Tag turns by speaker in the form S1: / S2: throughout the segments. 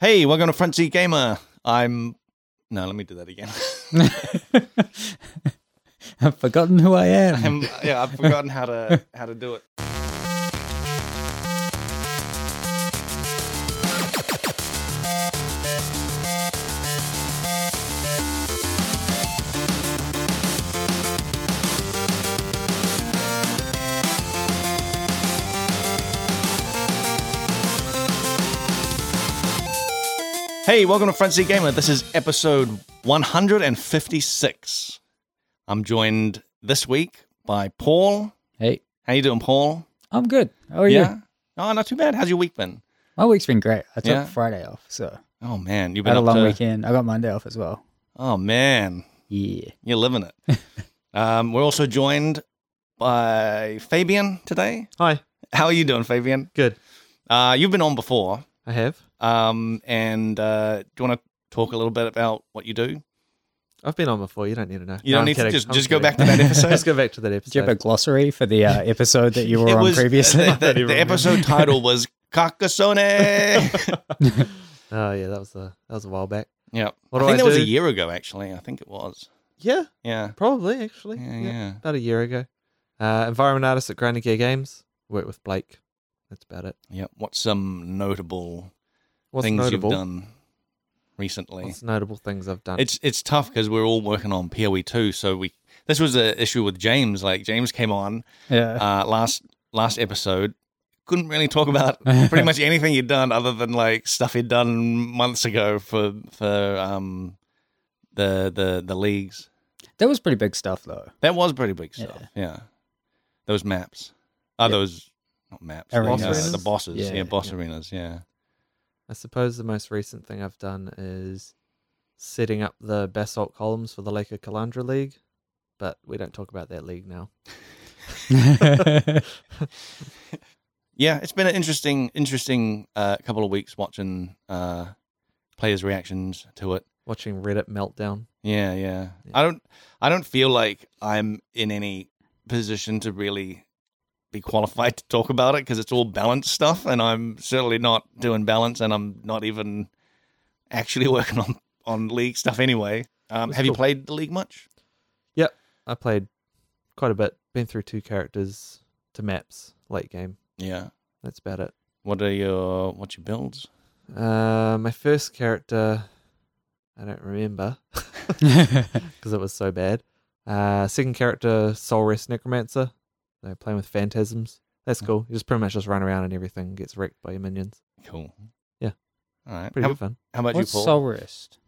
S1: Hey, welcome to Front Seat Gamer. I'm. No, let me do that again.
S2: I've forgotten who I am.
S1: I'm, Um, yeah, I've forgotten how to how to do it. Hey, welcome to Front Seat Gamer. This is episode 156. I'm joined this week by Paul.
S2: Hey,
S1: How you doing, Paul?
S2: I'm good. How are you?
S1: Oh, not too bad. How's your week been?
S2: My week's been great. I took
S1: Yeah.
S2: Friday off, so
S1: Oh man, you've
S2: I
S1: been
S2: had
S1: up
S2: a long
S1: to-
S2: weekend. I got Monday off as well.
S1: Oh man,
S2: Yeah.
S1: you're living it. um, we're also joined by Fabian today.
S3: Hi.
S1: How are you doing, Fabian?
S3: Good.
S1: Uh, you've been on before,
S3: I have.
S1: um, and uh, do you want to talk a little bit about what you do?
S3: I've been on before. You don't need to know.
S1: You
S3: No,
S1: don't
S3: I'm
S1: need to
S3: kidding.
S1: just
S3: I'm
S1: just go back
S3: kidding.
S1: to that episode.
S3: Just go back to that episode.
S2: Did you have a glossary for the uh, episode that you were
S1: it
S2: on
S1: was uh,
S2: previously?
S1: the, the-
S3: don't
S1: the
S3: even
S1: episode title was Carcassonne.
S3: oh yeah, that was a that was a while back.
S1: yeah,
S3: What
S1: I
S3: do
S1: think
S3: I
S1: that was a
S3: do?
S1: year ago. Actually, I think it was.
S3: Yeah,
S1: Yeah,
S3: probably actually.
S1: yeah, yeah.
S3: About a year ago. Uh, environment artist at Grinder Gear Games. Worked with Blake. That's about it.
S1: Yeah. What's some notable
S3: What's
S1: things
S3: notable?
S1: you've done recently?
S3: What's notable things I've done?
S1: It's it's tough because we're all working on POE two, so we this was an issue with James. Like James came on
S2: yeah.
S1: uh, last last episode, couldn't really talk about pretty much anything he'd done other than like stuff he'd done months ago for for um the the the leagues.
S2: that was pretty big stuff, though.
S1: That was pretty big stuff. Yeah, those maps. Oh,
S2: Yeah.
S1: those not maps.
S2: Arenas.
S1: The,
S3: Boss
S1: uh, the bosses.
S2: arenas?
S1: Yeah,
S2: Yeah,
S1: boss
S3: yeah.
S1: arenas. Yeah.
S3: I suppose the most recent thing I've done is setting up the basalt columns for the Lake of Calandra League, but we don't talk about that league now.
S1: yeah, it's been an interesting, interesting uh, couple of weeks watching uh, players' reactions to it.
S3: Watching Reddit meltdown.
S1: Yeah, yeah,
S3: Yeah.
S1: I don't, I don't feel like I'm in any position to really be qualified to talk about it because it's all balance stuff, and I'm certainly not doing balance, and I'm not even actually working on on league stuff anyway. Um,
S3: That's
S1: have you
S3: cool.
S1: played the league much?
S3: I played quite a bit. Been through two characters to maps late game.
S1: Yeah.
S3: That's about it.
S1: What are your what's your builds?
S3: Uh, my first character, I don't remember because it was so bad. Uh, second character, Soul Rest Necromancer. They're playing with phantasms. That's
S1: Yeah.
S3: cool. You just pretty much just run around and everything gets wrecked by your minions.
S1: Cool.
S3: Yeah.
S1: All right.
S3: Pretty
S1: How,
S3: good fun.
S1: how about
S2: What's uh,
S1: you, Paul?
S2: Soul Rest?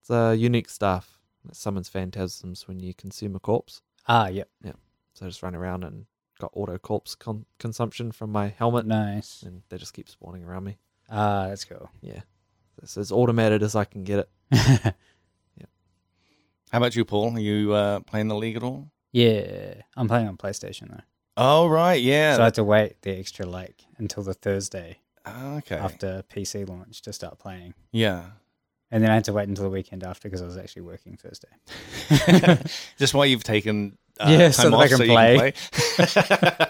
S3: It's a unique staff that summons phantasms when you consume a corpse.
S2: Ah, yep.
S3: So I just run around and got auto corpse con- consumption from my helmet,
S2: Nice.
S3: and they just keep spawning around me.
S2: Ah, that's cool.
S3: It's as automated as I can get it.
S1: How about you, Paul? Are you uh, playing the league at all?
S2: yeah. I'm playing on PlayStation, though.
S1: Oh right, yeah.
S2: so I had to wait the extra, like, until the Thursday
S1: Ah, okay.
S2: after PC launch to start playing.
S1: Yeah.
S2: And then I had to wait until the weekend after because I was actually working Thursday.
S1: Just why you've taken uh,
S2: Yeah,
S1: time
S2: so that I
S1: off
S2: can
S1: so
S2: play.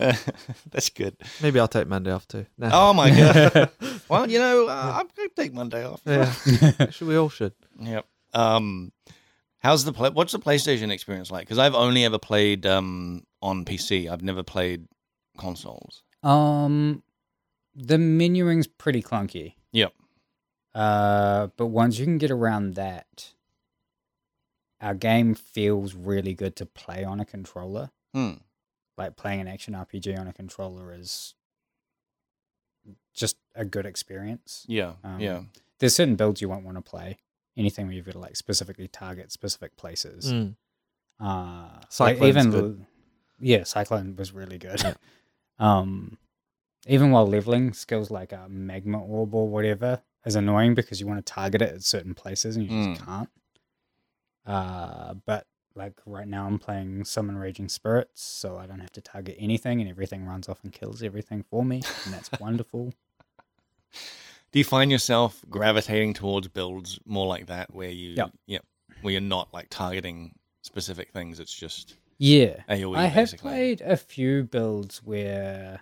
S1: you can play. That's good.
S3: Maybe I'll take Monday off too. No.
S1: Oh my god. well, you know, uh, I'm gonna take Monday off.
S3: Yeah. Actually, we all should.
S1: Yep. Um, how's the play? What's the PlayStation experience like? Because I've only ever played um on PC. I've never played consoles.
S2: Um, the menuing's pretty clunky.
S1: Yep.
S2: Uh, but once you can get around that, our game feels really good to play on a controller.
S1: Hmm.
S2: Like playing an action RPG on a controller is just a good experience.
S1: Yeah.
S2: Um,
S1: yeah.
S2: There's certain builds you won't want to play. Anything where you've got to like specifically target specific places.
S3: Mm.
S2: Uh, like
S3: Cyclone's
S2: even
S3: good.
S2: l- yeah, Cyclone was really good.
S3: Yeah.
S2: um, even while leveling, skills like a magma orb or whatever is annoying because you want to target it at certain places and you
S3: Hmm.
S2: just can't. Uh, but like right now, I'm playing Summon Raging Spirits, so I don't have to target anything, and everything runs off and kills everything for me, and that's wonderful.
S1: Do you find yourself gravitating towards builds more like that, where you,
S2: Yep.
S1: yep, where you're not like targeting specific things? It's just
S2: Yeah,
S1: AOE.
S2: I have
S1: basically.
S2: played a few builds where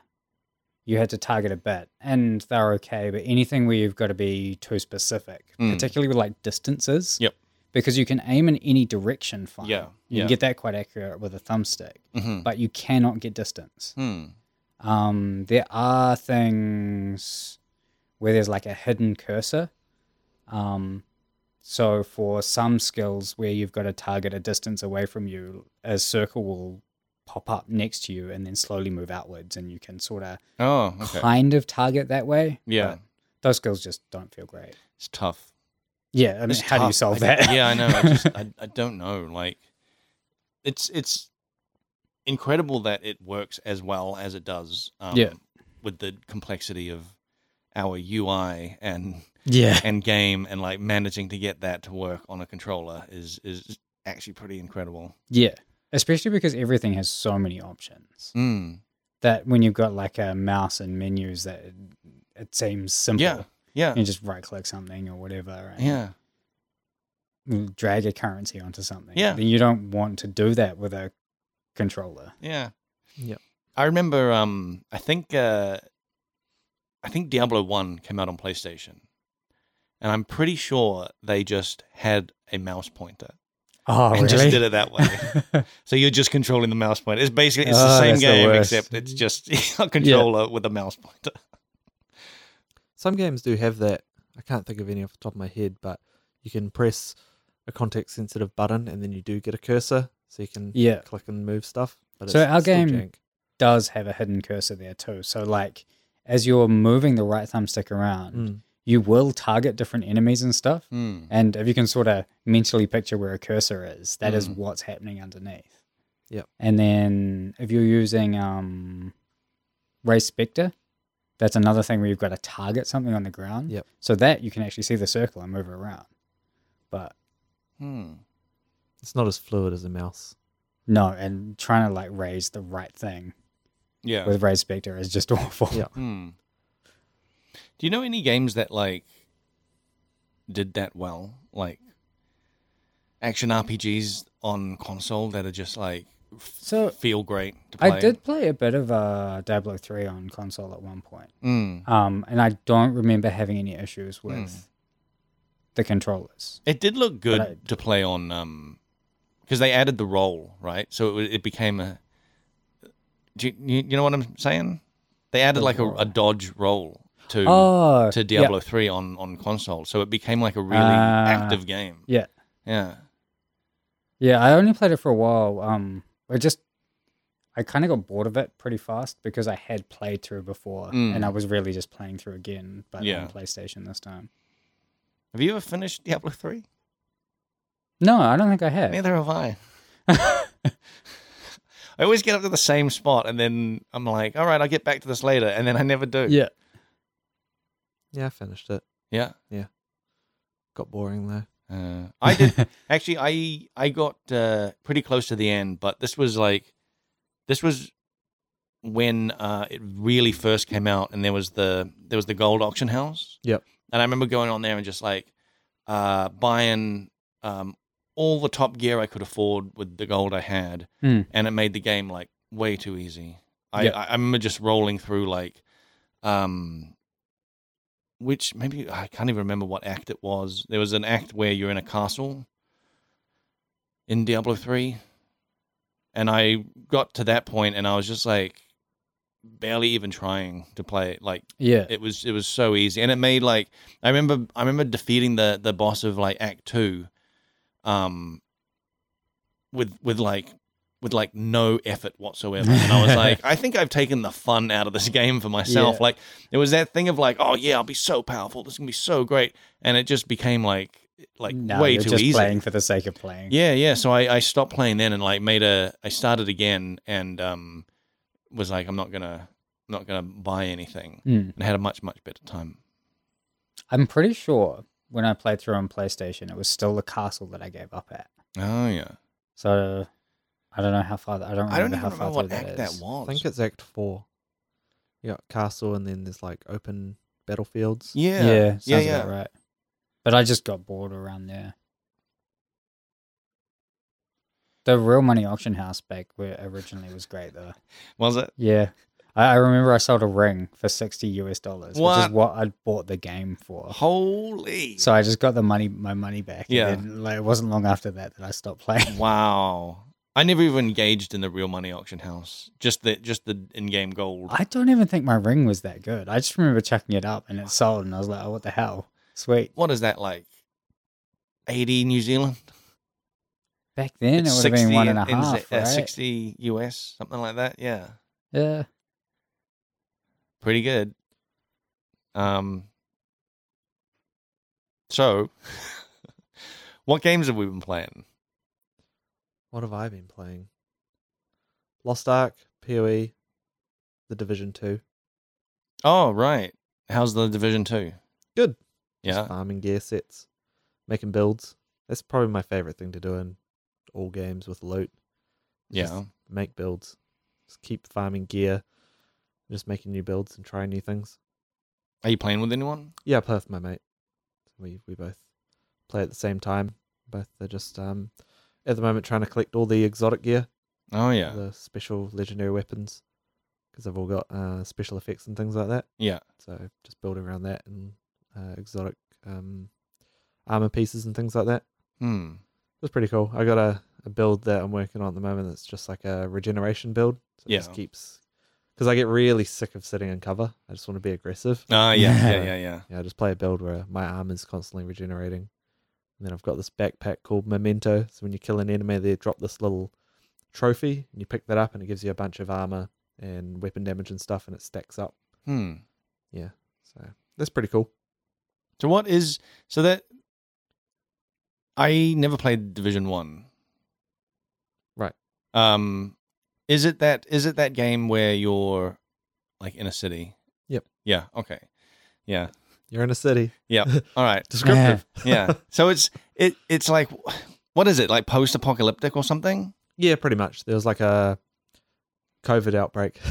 S2: you had to target a bit, and they're okay. But anything where you've got to be too specific,
S1: Mm.
S2: particularly with like distances,
S1: Yep.
S2: because you can aim in any direction fine.
S1: Yeah,
S2: you
S1: yeah.
S2: can get that quite accurate with a thumbstick,
S1: Mhm.
S2: but you cannot get distance.
S1: Hmm.
S2: Um, there are things where there's like a hidden cursor. Um, so for some skills where you've got to target a distance away from you, a circle will pop up next to you and then slowly move outwards, and you can sort of
S1: Oh, okay.
S2: kind of target that way.
S1: Yeah,
S2: but those skills just don't feel great.
S1: it's tough.
S2: Yeah, I mean,
S1: It's
S2: how do you
S1: tough.
S2: solve
S1: I-
S2: that?
S1: yeah, I know. I just I, I don't know. Like, it's it's incredible that it works as well as it does. Um,
S2: Yeah.
S1: with the complexity of our UI and
S2: yeah,
S1: and game and like managing to get that to work on a controller is is actually pretty incredible.
S2: yeah. Especially because everything has so many options
S1: Mm.
S2: that when you've got like a mouse and menus, that it, it seems simple.
S1: Yeah, yeah,
S2: you just right click something or whatever and
S1: yeah,
S2: drag a currency onto something.
S1: Yeah.
S2: Then you don't want to do that with a controller.
S1: yeah.
S3: Yep.
S1: I remember. Um, I think. Uh, I think Diablo One came out on PlayStation, and I'm pretty sure they just had a mouse pointer
S2: Oh,
S1: and just did it that way. so you're just controlling the mouse pointer. It's basically it's the
S2: Oh,
S1: same
S2: that's the
S1: game
S2: worst. Mm.
S1: except it's just a controller with a mouse pointer.
S3: Some games do have that. I can't think of any off the top of my head, but you can press a context sensitive button and then you do get a cursor so you can
S2: yeah.
S3: click and move stuff. But
S2: So
S3: it's
S2: our
S3: still
S2: game-
S3: jank.
S2: Does have a hidden cursor there too. So like as you're moving the right thumbstick around,
S3: Mm.
S2: you will target different enemies and stuff.
S1: Hmm.
S2: And if you can sort of mentally picture where a cursor is, that is
S1: Mm.
S2: what's happening underneath.
S3: Yep.
S2: And then if you're using um, Ray Spectre, that's another thing where you've got to target something on the ground.
S3: Yep.
S2: So that you can actually see the circle and move it around. But
S1: Hmm.
S3: It's not as fluid as a mouse.
S2: no, and trying to like raise the right thing
S1: Yeah.
S2: with Ray Spectre is just awful.
S3: Yeah.
S1: Hmm. Do you know any games that like did that well? Like action RPGs on console that are just like f-
S2: So
S1: feel great to play.
S2: I did play a bit of uh, Diablo 3 on console at one point.
S1: Mm.
S2: Um, and I don't remember having any
S3: Hmm.
S2: issues with the controllers.
S1: It did look good
S2: I-
S1: to play on um because they added the role, right? So it, wa- it became a. Do you, you you know what I'm saying? They added
S2: The
S1: like a,
S2: role.
S1: a dodge role to
S2: oh,
S1: to
S2: yeah.
S1: Diablo three on on console, so it became like a really
S2: Ah.
S1: active game.
S2: Yeah.
S1: Yeah.
S2: Yeah. I only played it for a while. Um, I just I kind of got bored of it pretty fast because I had played through before,
S1: Mm.
S2: and I was really just playing through again, but
S1: Yeah.
S2: on PlayStation this time.
S1: Have you ever finished Diablo three?
S2: No, I don't think I have.
S1: Neither have I. I always get up to the same spot, and then I'm like, "All right, I'll get back to this later," and then I never do.
S2: yeah.
S3: Yeah, I finished it.
S1: Yeah.
S3: Got boring though.
S1: Uh, I did Actually, I I got uh, pretty close to the end, but this was like this was when uh, it really first came out, and there was the there was the gold auction house.
S3: Yep.
S1: And I remember going on there and just like uh, buying um, all the top gear I could afford with the gold I had,
S2: Hmm.
S1: and it made the game like way too easy. I,
S2: Yep.
S1: I I remember just rolling through like um which maybe I can't even remember what act it was. There was an act where you're in a castle in Diablo 3. And I got to that point and I was just like barely even trying to play it. Like
S2: yeah.
S1: it was it was so easy. And it made like I remember I remember defeating the the boss of like act 2 um with with like with like no effort whatsoever. And I was like, I think I've taken the fun out of this game for myself.
S2: Yeah.
S1: Like it was that thing of like, oh yeah, I'll be so powerful. This is gonna be so great. And it just became like like
S2: No,
S1: way
S2: you're
S1: too
S2: just
S1: easy.
S2: playing for the sake of playing.
S1: Yeah, yeah. So I, I stopped playing then and like made a I started again and um was like I'm not gonna not gonna buy anything
S2: Mm.
S1: and had a much much better time.
S2: I'm pretty sure when I played through on PlayStation, it was still the castle that I gave up at.
S1: Oh yeah.
S2: So I don't know how far. I don't remember
S1: I don't even
S2: how
S1: remember
S2: far
S1: what
S2: through
S1: act
S2: that
S1: that
S2: is.
S1: was.
S3: I think it's Act Four. Yeah, castle, and then there's like open battlefields.
S1: yeah.
S2: Yeah, sounds
S1: yeah,
S2: about
S1: yeah.
S2: right. But I just got bored around there. The real money auction house back where it originally was great though.
S1: Was it?
S2: Yeah, I, I remember I sold a ring for 60 US dollars, which
S1: What?
S2: is what I'd bought the game for.
S1: Holy.
S2: So I just got the money, my money back. and
S1: Yeah.
S2: then, like, it wasn't long after that that I stopped playing.
S1: wow. I never even engaged in the real money auction house. Just the just the in-game gold.
S2: I don't even think my ring was that good. I just remember checking it up and it sold, and I was like, oh, what the hell? Sweet.
S1: What is that like? 80 New Zealand?
S2: Back then,
S1: It's
S2: it would have been one and a
S1: in- NZ
S2: half,
S1: uh,
S2: right?
S1: 60 US, something like that. Yeah.
S2: Yeah.
S1: Pretty good. Um So, what games have we been playing?
S3: What have I been playing? Lost Ark, PoE, The Division 2.
S1: Oh, right. How's the Division 2?
S3: Good. Just
S1: Yeah.
S3: farming gear sets, making builds. That's probably my favorite thing to do in all games with loot. Just
S1: Yeah.
S3: make builds. Just keep farming gear, just making new builds and trying new things.
S1: Are you playing with anyone?
S3: Yeah, I play with my mate. We we both play at the same time. Both are just um at the moment trying to collect all the exotic gear,
S1: Oh, yeah.
S3: the special legendary weapons, because I've all got uh, special effects and things like that.
S1: Yeah.
S3: So just build around that and uh, exotic um armor pieces and things like that.
S1: Hmm.
S3: It was pretty cool. I got a, a build that I'm working on at the moment that's just like a regeneration build. So it just
S1: Yeah.
S3: keeps because I get really sick of sitting in cover. I just want to be aggressive.
S1: Ah, yeah, yeah, yeah, yeah.
S3: Yeah, I just play a build where my arm is constantly regenerating. And then I've got this backpack called Memento. So when you kill an enemy, they drop this little trophy and you pick that up and it gives you a bunch of armor and weapon damage and stuff and it stacks up.
S1: Hmm.
S3: So that's pretty cool.
S1: So what is so that I never played Division 1.
S3: Right.
S1: Um is it that is it that game where you're like in a city?
S3: Yep.
S1: Yeah, okay. Yeah.
S3: You're in a city.
S1: All right.
S3: Descriptive.
S1: Yeah. so it's it it's like what is it? Like post-apocalyptic or something?
S3: Yeah, pretty much. There was like a COVID outbreak.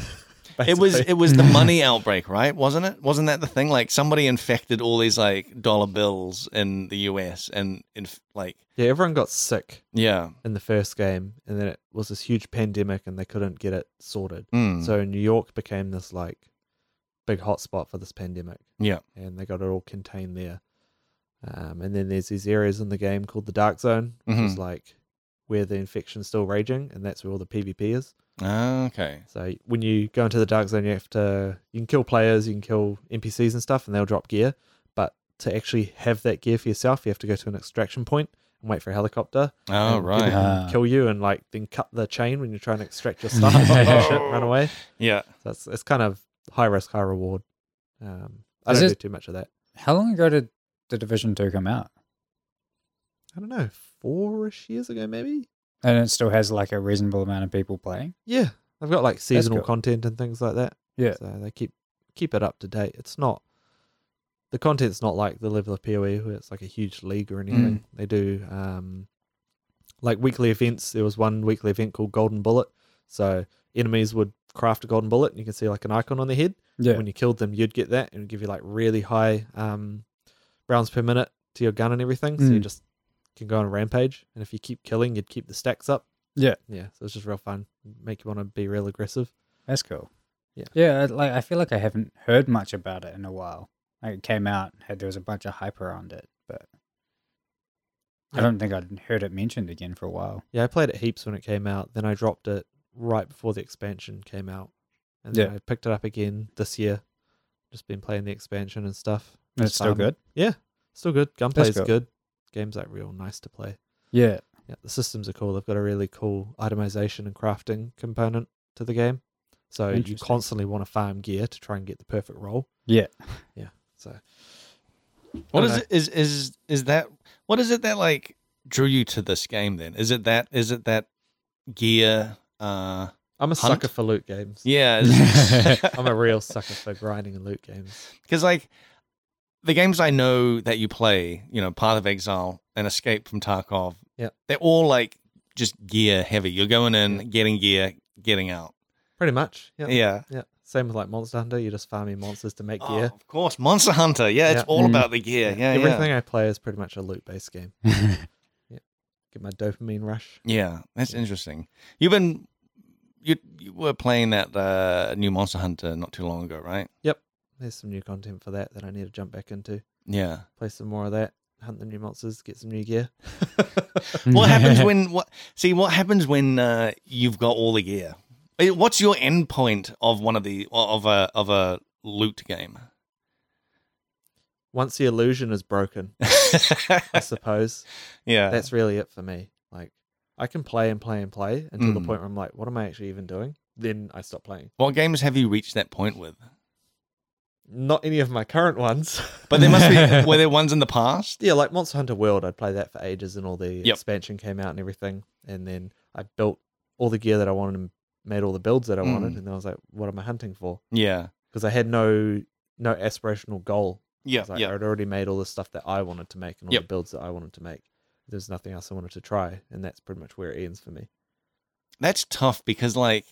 S1: It was
S3: basically.
S1: it was the money outbreak, right? Wasn't it? Wasn't that the thing? Like somebody infected all these like dollar bills in the US and inf- like
S3: yeah, everyone got sick
S1: yeah.
S3: in the first game and then it was this huge pandemic and they couldn't get it sorted.
S1: Mm.
S3: So New York became this like big hotspot for this pandemic.
S1: Yeah.
S3: And they got it all contained there. Um, and then there's these areas in the game called the Dark Zone, which is
S1: Mhm.
S3: like where the infection's still raging, and that's where all the PvP is.
S1: Ah, okay.
S3: So when you go into the Dark Zone, you have to you can kill players, you can kill NPCs and stuff, and they'll drop gear. But to actually have that gear for yourself, you have to go to an extraction point and wait for a helicopter.
S1: Oh,
S3: and
S1: right.
S3: People can
S2: Ah.
S3: kill you and like then cut the chain when you're trying to extract your stuff, and shit, run away.
S1: Yeah.
S3: So it's, it's kind of high risk, high reward. Um, I
S2: Is
S3: don't
S2: it-
S3: do too much of that.
S2: How long ago did the Division 2 come out?
S3: I don't know, four ish years ago, maybe?
S2: And it still has like a reasonable amount of people playing.
S3: Yeah. They've got like seasonal
S2: cool.
S3: content and things like that.
S2: Yeah.
S3: So they keep keep it up to date. It's not, the content's not like the level of PoE where it's like a huge league or anything.
S2: Mm.
S3: They do um, like weekly events. There was one weekly event called Golden Bullet. So enemies would craft a golden bullet and you can see like an icon on their head.
S2: Yeah.
S3: when you killed them, you'd get that and it'd give you like really high um, rounds per minute to your gun and everything. So you
S2: Mm.
S3: just can go on a rampage. And if you keep killing, you'd keep the stacks up.
S2: Yeah.
S3: Yeah. So it's just real fun. Make you want to be real aggressive.
S2: That's cool.
S3: Yeah.
S2: Yeah, I- like I feel like I haven't heard much about it in a while. Like it came out, had there was a bunch of hype around it, but I
S3: Yeah.
S2: don't think I'd heard it mentioned again for a while.
S3: Yeah. I played it heaps when it came out. Then I dropped it right before the expansion came out. And then
S2: Yeah.
S3: I picked it up again this year. Just been playing the expansion and stuff.
S2: And
S3: It's
S2: it's still
S3: fun.
S2: good.
S3: Still good. Gunplay's
S2: cool.
S3: good. Game's like real nice to play.
S2: Yeah.
S3: Yeah, the systems are cool. They've got a really cool itemization and crafting component to the game. So you
S2: Interesting.
S3: constantly want to farm gear to try and get the perfect roll.
S2: Yeah.
S3: So
S1: What is
S3: dunno.
S1: it? Is is is that? What is it that like drew you to this game? Then is it that? Is it that gear? Uh,
S3: I'm a
S1: Hunt?
S3: sucker for loot games.
S1: yeah.
S3: I'm a real sucker for grinding and loot games.
S1: Because like the games I know that you play, you know, Path of Exile and Escape from Tarkov.
S3: Yep.
S1: They're all like just gear heavy. You're going in, getting gear, getting out.
S3: Pretty much. Yeah.
S1: Yeah.
S3: Yeah. Same with like Monster Hunter. You're just farming monsters to make
S1: Oh,
S3: gear.
S1: of course, Monster Hunter. Yeah,
S3: Yeah.
S1: it's all
S2: Mm.
S1: about the gear. Yeah, yeah.
S3: Everything I play is pretty much a loot based game.
S2: yeah.
S3: Get my dopamine rush.
S1: Yeah, that's
S3: Yeah.
S1: interesting. You've been you you were playing that uh, new Monster Hunter not too long ago, right?
S3: There's some new content for that that I need to jump back into.
S1: Yeah.
S3: Play some more of that. Hunt the new monsters. Get some new gear.
S1: What happens when what? See, what happens when uh, you've got all the gear? Eh, What's your end point of one of the of a of a loot game?
S3: Once the illusion is broken, I suppose
S1: yeah,
S3: that's really it for me. Like I can play and play and play until the
S1: Mm.
S3: point where I'm like, what am I actually even doing? Then I stop playing.
S1: What games have you reached that point with?
S3: Not any of my current ones.
S1: But there must be were there ones in the past?
S3: Yeah, like Monster Hunter World, I'd play that for ages, and all the
S1: Yep.
S3: expansion came out and everything. And then I built all the gear that I wanted and made all the builds that I wanted.
S1: Mm.
S3: And then I was like, "What am I hunting for?"
S1: Yeah,
S3: Because I had no no aspirational goal.
S1: yeah,
S3: It's like,
S1: yeah.
S3: I'd already made all the stuff that I wanted to make and all
S1: Yep.
S3: the builds that I wanted to make. There's nothing else I wanted to try, and that's pretty much where it ends for me.
S1: That's tough because like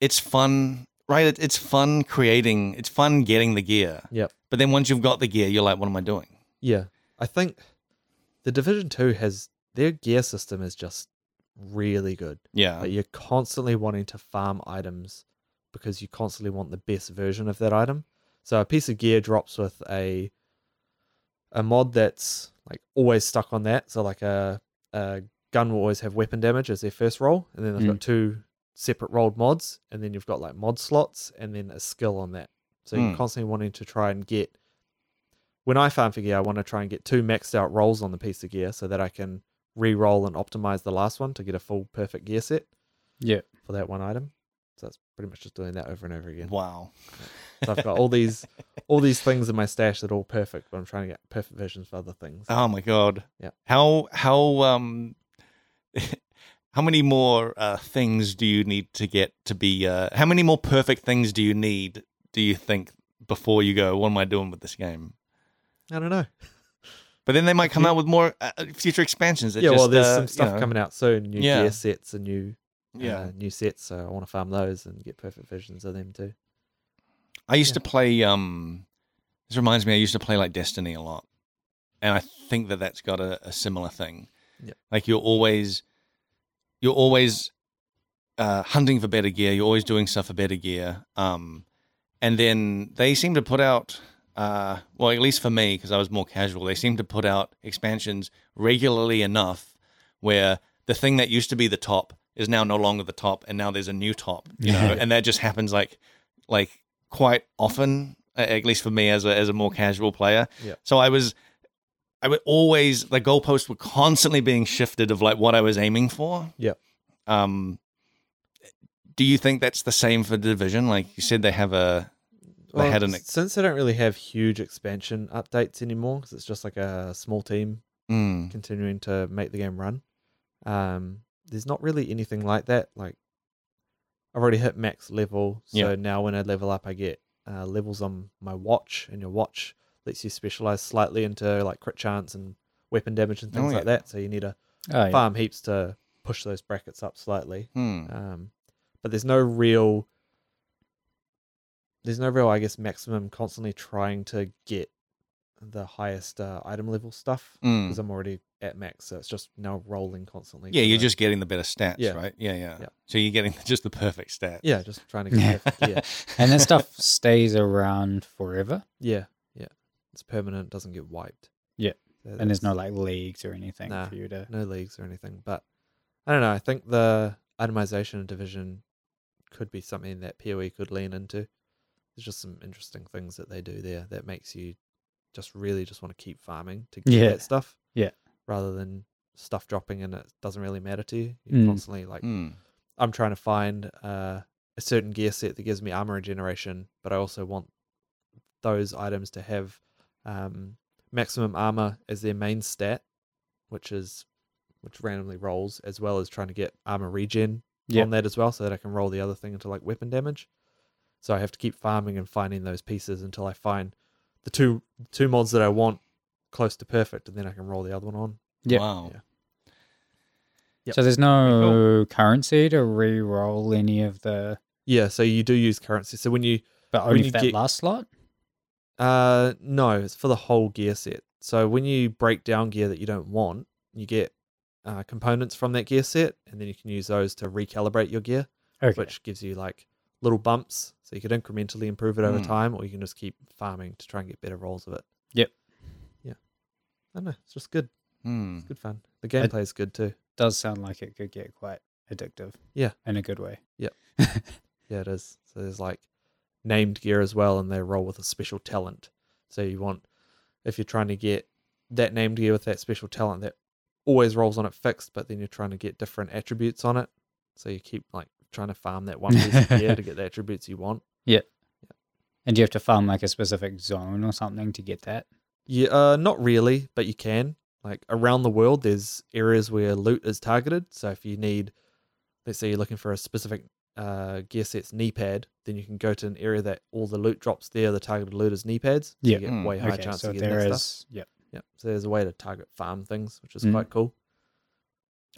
S1: it's fun, right? It, it's fun creating. It's fun getting the gear.
S3: Yep.
S1: But then once you've got the gear, you're like, what am I doing?
S3: Yeah, I think the Division Two has their gear system is just really good.
S1: Yeah,
S3: Like you're constantly wanting to farm items because you constantly want the best version of that item. So a piece of gear drops with a a mod that's like always stuck on that. So like a a uh, gun will always have weapon damage as their first roll, and then they've
S1: Mm.
S3: got two separate rolled mods, and then you've got like mod slots, and then a skill on that. So
S1: Mm.
S3: you're constantly wanting to try and get. When I farm for gear, I want to try and get two maxed out rolls on the piece of gear so that I can re-roll and optimize the last one to get a full perfect gear set
S2: yeah.
S3: for that one item. So that's pretty much just doing that over and over again.
S1: wow.
S3: So I've got all these all these things in my stash that are all perfect, but I'm trying to get perfect versions for other things.
S1: Oh my god.
S3: Yeah.
S1: How how um how many more uh things do you need to get to be uh how many more perfect things do you need do you think before you go what am I doing with this game?
S3: I don't know.
S1: But then they might come out with more uh, uh, future expansions. that
S3: yeah, well,
S1: just,
S3: there's
S1: uh,
S3: some
S1: you
S3: stuff
S1: know,
S3: coming out soon, new
S1: Yeah.
S3: gear sets and new
S1: Yeah.
S3: uh, new sets. So I want to farm those and get perfect versions of them too.
S1: I used
S3: yeah.
S1: to play um this reminds me I used to play like Destiny a lot. And I think that that's got a, a similar thing.
S3: Yeah.
S1: Like you're always you're always uh hunting for better gear, you're always doing stuff for better gear. Um and then they seem to put out uh well at least for me because I was more casual, they seem to put out expansions regularly enough where the thing that used to be the top is now no longer the top and now there's a new top, you know,
S2: Yeah.
S1: and that just happens like like quite often, a- at least for me as a as a more casual player.
S3: Yeah.
S1: So I was, I would always the goalposts were constantly being shifted of like what I was aiming for.
S3: Yeah.
S1: Um, do you think that's the same for division? Like you said, they have a They had an
S3: s-
S1: ex-
S3: since I don't really have huge expansion updates anymore, because it's just like a small team
S1: mm,
S3: continuing to make the game run. Um, there's not really anything like that. Like I've already hit max level, so
S1: Yeah.
S3: now when I level up, I get uh, levels on my watch, and your watch lets you specialize slightly into like crit chance and weapon damage and
S1: Oh,
S3: things
S1: yeah.
S3: like that. So you need to
S2: Oh, yeah.
S3: farm heaps to push those brackets up slightly.
S1: hmm.
S3: Um, but there's no real, there's no real, I guess, maximum constantly trying to get the highest uh, item level stuff
S1: Mm.
S3: because I'm already at max, so it's just now rolling constantly.
S1: Yeah,
S3: for
S1: you're
S3: the-
S1: just getting the better stats,
S3: Yeah.
S1: right? Yeah, yeah,
S3: Yeah.
S1: So you're getting just the perfect stats.
S3: yeah, just trying to get perfect gear.
S2: and that stuff stays around forever,
S3: Yeah, yeah, it's permanent, doesn't get wiped.
S2: Yeah,
S3: So
S2: and there's
S3: that's-
S2: no like leagues or anything
S3: Nah.
S2: for you to.
S3: no leagues or anything. But I don't know. I think the itemization of division could be something that PoE could lean into. There's just some interesting things that they do there that makes you just really just want to keep farming to get
S2: Yeah.
S3: that stuff.
S2: Yeah.
S3: Rather than stuff dropping and it doesn't really matter to you. You're
S2: Mm.
S3: constantly like
S1: Hmm.
S3: I'm trying to find uh, a certain gear set that gives me armor regeneration, but I also want those items to have um, maximum armor as their main stat, which is which randomly rolls, as well as trying to get armor regen
S2: Yeah.
S3: on that as well, so that I can roll the other thing into like weapon damage. So I have to keep farming and finding those pieces until I find the two two mods that I want close to perfect, and then I can roll the other one on.
S2: Yeah.
S1: Wow.
S3: Yeah. Yep.
S2: So there's no currency to re-roll any of the,
S3: Yeah, so you do use currency. So when you
S2: but
S3: When
S2: only
S3: you
S2: for that
S3: get-
S2: last slot.
S3: Uh, no, it's for the whole gear set. So when you break down gear that you don't want, you get uh, components from that gear set, and then you can use those to recalibrate your gear,
S2: Okay.
S3: which gives you like little bumps, so you could incrementally improve it over
S1: Mm.
S3: time, or you can just keep farming to try and get better rolls of it.
S2: Yep.
S3: Yeah. I don't know. It's just good.
S1: Hmm.
S3: Good fun. The gameplay is good too.
S2: does sound like it could get quite addictive.
S3: Yeah.
S2: In a good way.
S3: Yep. Yeah, it is. So there's like named gear as well, and they roll with a special talent. So you want, if you're trying to get that named gear with that special talent, that always rolls on it fixed, but then you're trying to get different attributes on it. So you keep like trying to farm that one piece of gear to get the attributes you want.
S2: and do you have to farm like a specific zone or something to get that?
S3: Yeah, uh, not really, but you can. Like around the world, there's areas where loot is targeted. So if you need, let's say you're looking for a specific uh, gear set's knee pad, then you can go to an area that all the loot drops there. The targeted E loot is knee pads. so
S2: Yeah.
S3: you get
S1: Mm,
S3: way higher
S2: Hmm, okay.
S3: chance
S2: So
S3: of getting
S2: there
S3: that
S2: is.
S3: stuff.
S2: Yep.
S3: Yep. So there's a way to target farm things, which is
S2: Mm.
S3: quite cool.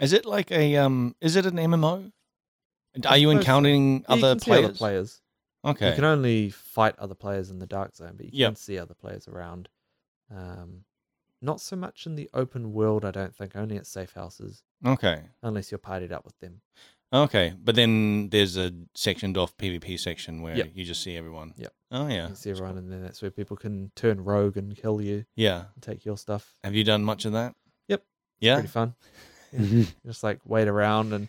S1: Is it like a um? Is it an MMO? And
S3: I
S1: Are you
S3: suppose so.
S1: encountering
S3: Yeah, you
S1: other,
S3: can see
S1: players?
S3: other players.
S1: Okay.
S3: You can only fight other players in the dark zone, but you
S1: Yep.
S3: can see other players around. Um, not so much in the open world, I don't think. Only at safe houses,
S1: okay.
S3: unless you're partied up with them.
S1: Okay. But then there's a sectioned off PvP section where
S3: Yep.
S1: you just see everyone.
S3: Yep.
S1: Oh
S3: You
S1: yeah.
S3: can see everyone, and then that's where people can turn rogue and kill you
S1: Yeah.
S3: and take your stuff.
S1: Have you done much of that?
S3: Yep.
S1: Yeah.
S3: Pretty fun. Yeah.
S2: Mhm.
S3: You Just like wait around and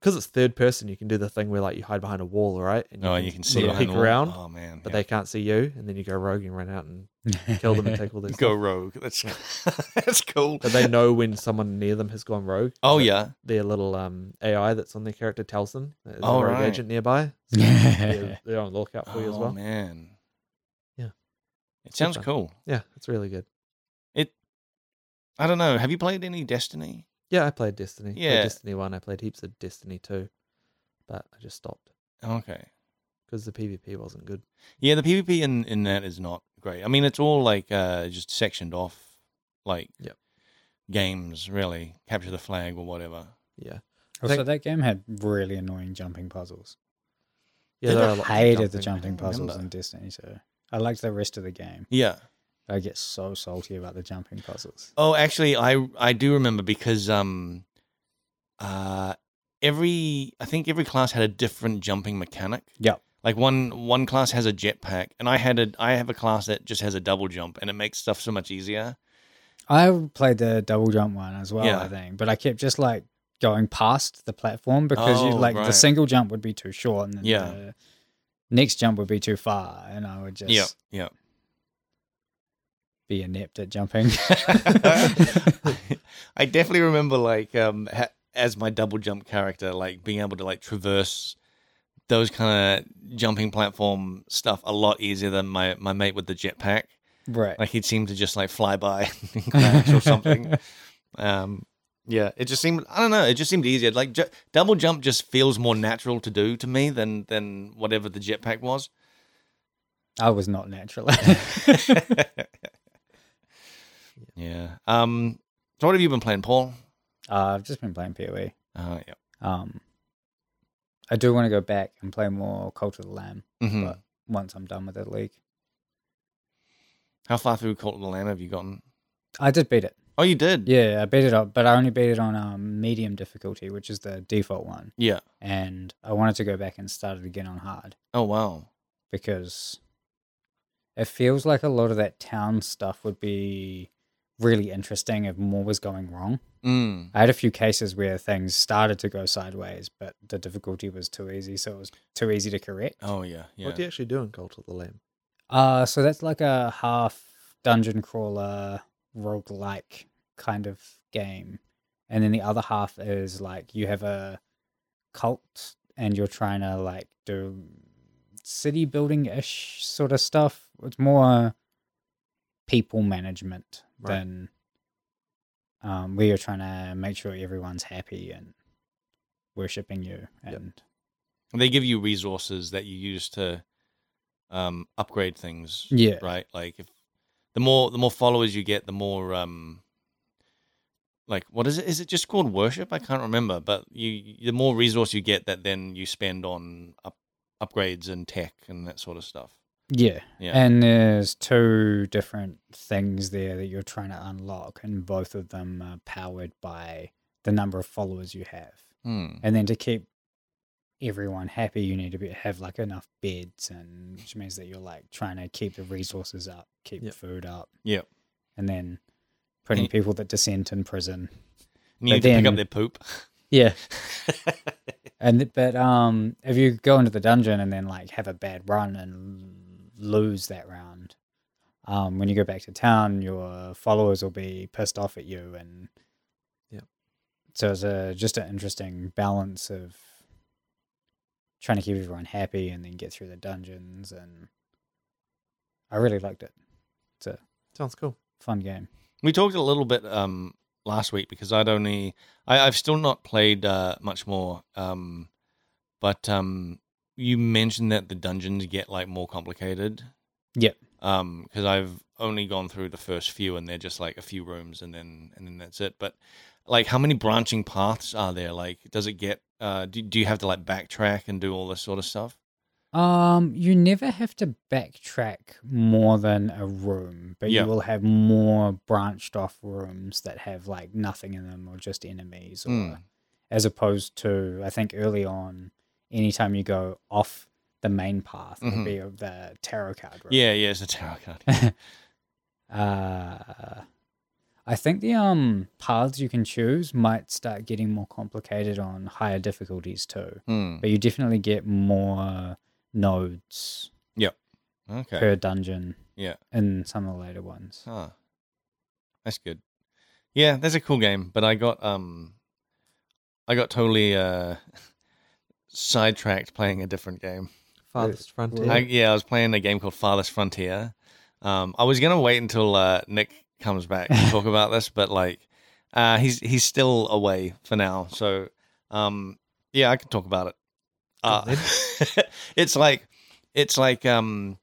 S3: because it's third person, you can do the thing where like you hide behind a wall, right? And
S1: Oh, and you can see
S3: sort of
S1: behind
S3: peek
S1: the wall.
S3: around,
S1: Oh man.
S3: but
S1: yeah.
S3: they can't see you, and then you go rogue and run out and kill them and take all their
S1: go
S3: stuff.
S1: rogue. That's that's cool.
S3: But they know when someone near them has gone rogue.
S1: Oh
S3: so
S1: yeah.
S3: Their little um, AI that's on their character tells them that there's
S1: Oh,
S3: a rogue
S1: right.
S3: agent nearby. So they're,
S2: yeah.
S3: they're on the lookout for you as
S1: Oh
S3: well.
S1: man.
S3: Yeah.
S1: It sounds
S3: fun.
S1: cool.
S3: Yeah, it's really good.
S1: I don't know. Have you played any Destiny?
S3: Yeah, I played Destiny. Played
S1: Yeah.
S3: Destiny one. I played heaps of Destiny two, but I just stopped
S1: Okay.
S3: because the PvP wasn't good.
S1: Yeah, the PvP in, in that is not great. I mean, it's all like uh, just sectioned off, like
S3: Yep.
S1: games really capture the flag or whatever.
S3: Yeah,
S2: Also,
S3: think-
S2: that game had really annoying jumping puzzles.
S3: yeah.
S1: Did
S3: there
S1: they
S3: are lots of
S2: I hated the
S1: I
S2: jumping
S1: don't
S2: puzzles
S1: remember.
S2: in Destiny, so I liked the rest of the game.
S1: Yeah.
S2: I get so salty about the jumping puzzles.
S1: Oh, actually, I I do remember because um, uh, every I think every class had a different jumping mechanic.
S2: Yep.
S1: Like one one class has a jetpack, and I had a I have a class that just has a double jump, and it makes stuff so much easier.
S2: I played the double jump one as well,
S1: Yeah.
S2: I think, but I kept just like going past the platform because you
S1: Oh,
S2: like the
S1: right.
S2: single jump would be too short and then
S1: Yeah.
S2: the next jump would be too far, and I would just
S1: Yeah. Yeah.
S2: be inept at jumping.
S1: I definitely remember like um ha- as my double jump character like being able to like traverse those kind of jumping platform stuff a lot easier than my my mate with the jetpack.
S2: right.
S1: Like he'd seem to just like fly by and crash or something. Um yeah, it just seemed I don't know, it just seemed easier. Like ju- double jump just feels more natural to do to me than than whatever the jetpack was.
S2: I was not natural. Uh,
S1: yeah. Um so what have you been playing, Paul?
S2: Uh, I've just been playing PoE.
S1: Uh yeah.
S2: Um, I do want to go back and play more Cult of the Lamb
S1: Mhm.
S2: But- once I'm done with the league.
S1: How far through Cult of the Lamb have you gotten?
S2: I did beat it.
S1: Oh, you did.
S2: Yeah, I beat it up, but I only beat it on um, medium difficulty, which is the default one.
S1: Yeah.
S2: And I wanted to go back and start it again on hard
S1: Oh wow.
S2: because it feels like a lot of that town stuff would be really interesting if more was going wrong.
S1: Mm.
S2: I had a few cases where things started to go sideways, but the difficulty was too easy, so it was too easy to correct.
S1: Oh yeah. Yeah.
S3: What do you actually do in Cult of the Lamb?
S2: Uh, so that's like a half dungeon crawler roguelike kind of game. And then the other half is like you have a cult and you're trying to like do city building ish sort of stuff. It's more people management
S3: Right.
S2: than um, where you're trying to make sure everyone's happy and worshipping you.
S3: Yep.
S2: And
S1: They give you resources that you use to um, upgrade things.
S2: yeah,
S1: Right. Like if the more the more followers you get, the more um, like what is it? Is it just called worship? I can't remember. But you the more resource you get, that then you spend on up, upgrades and tech and that sort of stuff.
S2: yeah.
S1: Yeah.
S2: And there's two different things there that you're trying to unlock, and both of them are powered by the number of followers you have.
S1: Hmm.
S2: And then to keep everyone happy, you need to be, have like enough beds, and which means that you're like trying to keep the resources up, keep
S3: Yep.
S2: food up.
S1: Yep.
S2: And then putting
S1: you-
S2: people that dissent in prison.
S1: And you
S2: But
S1: need to pick up
S2: then-
S1: their poop.
S2: Yeah. and th- but um, if you go into the dungeon and then like have a bad run and l- lose that round, um, when you go back to town, your followers will be pissed off at you, and
S3: Yep.
S2: So it's a just an interesting balance of trying to keep everyone happy and then get through the dungeons, and I really liked it.
S3: Sounds cool.
S2: Fun game.
S1: We talked a little bit um, last week because I'd only I, I've still not played uh, much more. Um, but um, you mentioned that the dungeons get like more complicated.
S2: Yep.
S1: Um, because I've only gone through the first few, and they're just like a few rooms, and then and then that's it. But like, how many branching paths are there? Like, does it get? Uh, do do you have to like backtrack and do all this sort of stuff?
S2: Um, you never have to backtrack more than a room, but
S1: Yeah.
S2: you will have more branched off rooms that have like nothing in them or just enemies, or
S1: Mm.
S2: as opposed to I think early on, anytime you go off the main path,
S1: Mhm.
S2: it'd be of the tarot card room.
S1: Yeah, yeah, it's a tarot card.
S2: Uh, I think the um paths you can choose might start getting more complicated on higher difficulties too,
S1: Hmm.
S2: but you definitely get more nodes
S1: Okay.
S2: per dungeon.
S1: Yeah.
S2: In some of the later ones.
S1: Huh. That's good. Yeah, that's a cool game, but I got um I got totally uh sidetracked playing a different game.
S3: Farthest frontier.
S2: Yeah.
S1: I, yeah, I was playing a game called Farthest Frontier. Um I was going to wait until uh Nick comes back to talk about this, but like uh he's he's still away for now. So um yeah, I can talk about it. Uh, it's like it's like um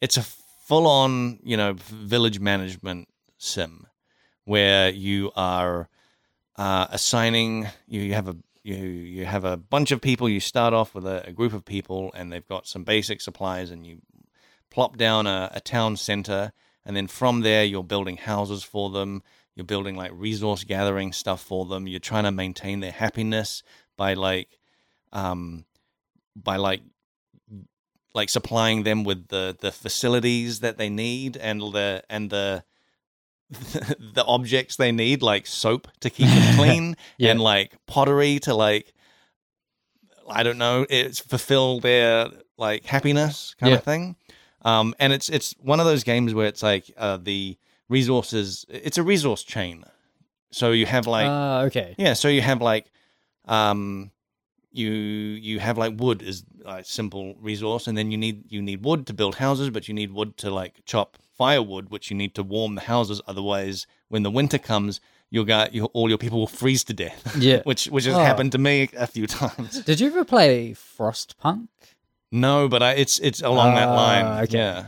S1: it's a full on, you know, village management sim where you are uh, assigning you, you have a you you have a bunch of people you start off with a, a group of people and they've got some basic supplies and you plop down a, a town center and then from there you're building houses for them you're building like resource gathering stuff for them you're trying to maintain their happiness by like um by like like supplying them with the the facilities that they need and the and the the objects they need like soap to keep them clean
S2: Yeah.
S1: and like pottery to like i don't know it's fulfill their like happiness kind
S2: Yeah.
S1: of thing um and it's it's one of those games where it's like uh the resources it's a resource chain so you have like
S2: Ah, okay.
S1: yeah, so you have like, um, you you have like wood is a simple resource, and then you need you need wood to build houses, but you need wood to like chop firewood, which you need to warm the houses. Otherwise, when the winter comes, your guy, your, all your people will freeze to death.
S2: Yeah.
S1: which which has
S2: Oh.
S1: happened to me a few times.
S2: Did you ever play Frostpunk?
S1: No, but I, it's it's along that
S2: Ah,
S1: line.
S2: okay.
S1: Yeah.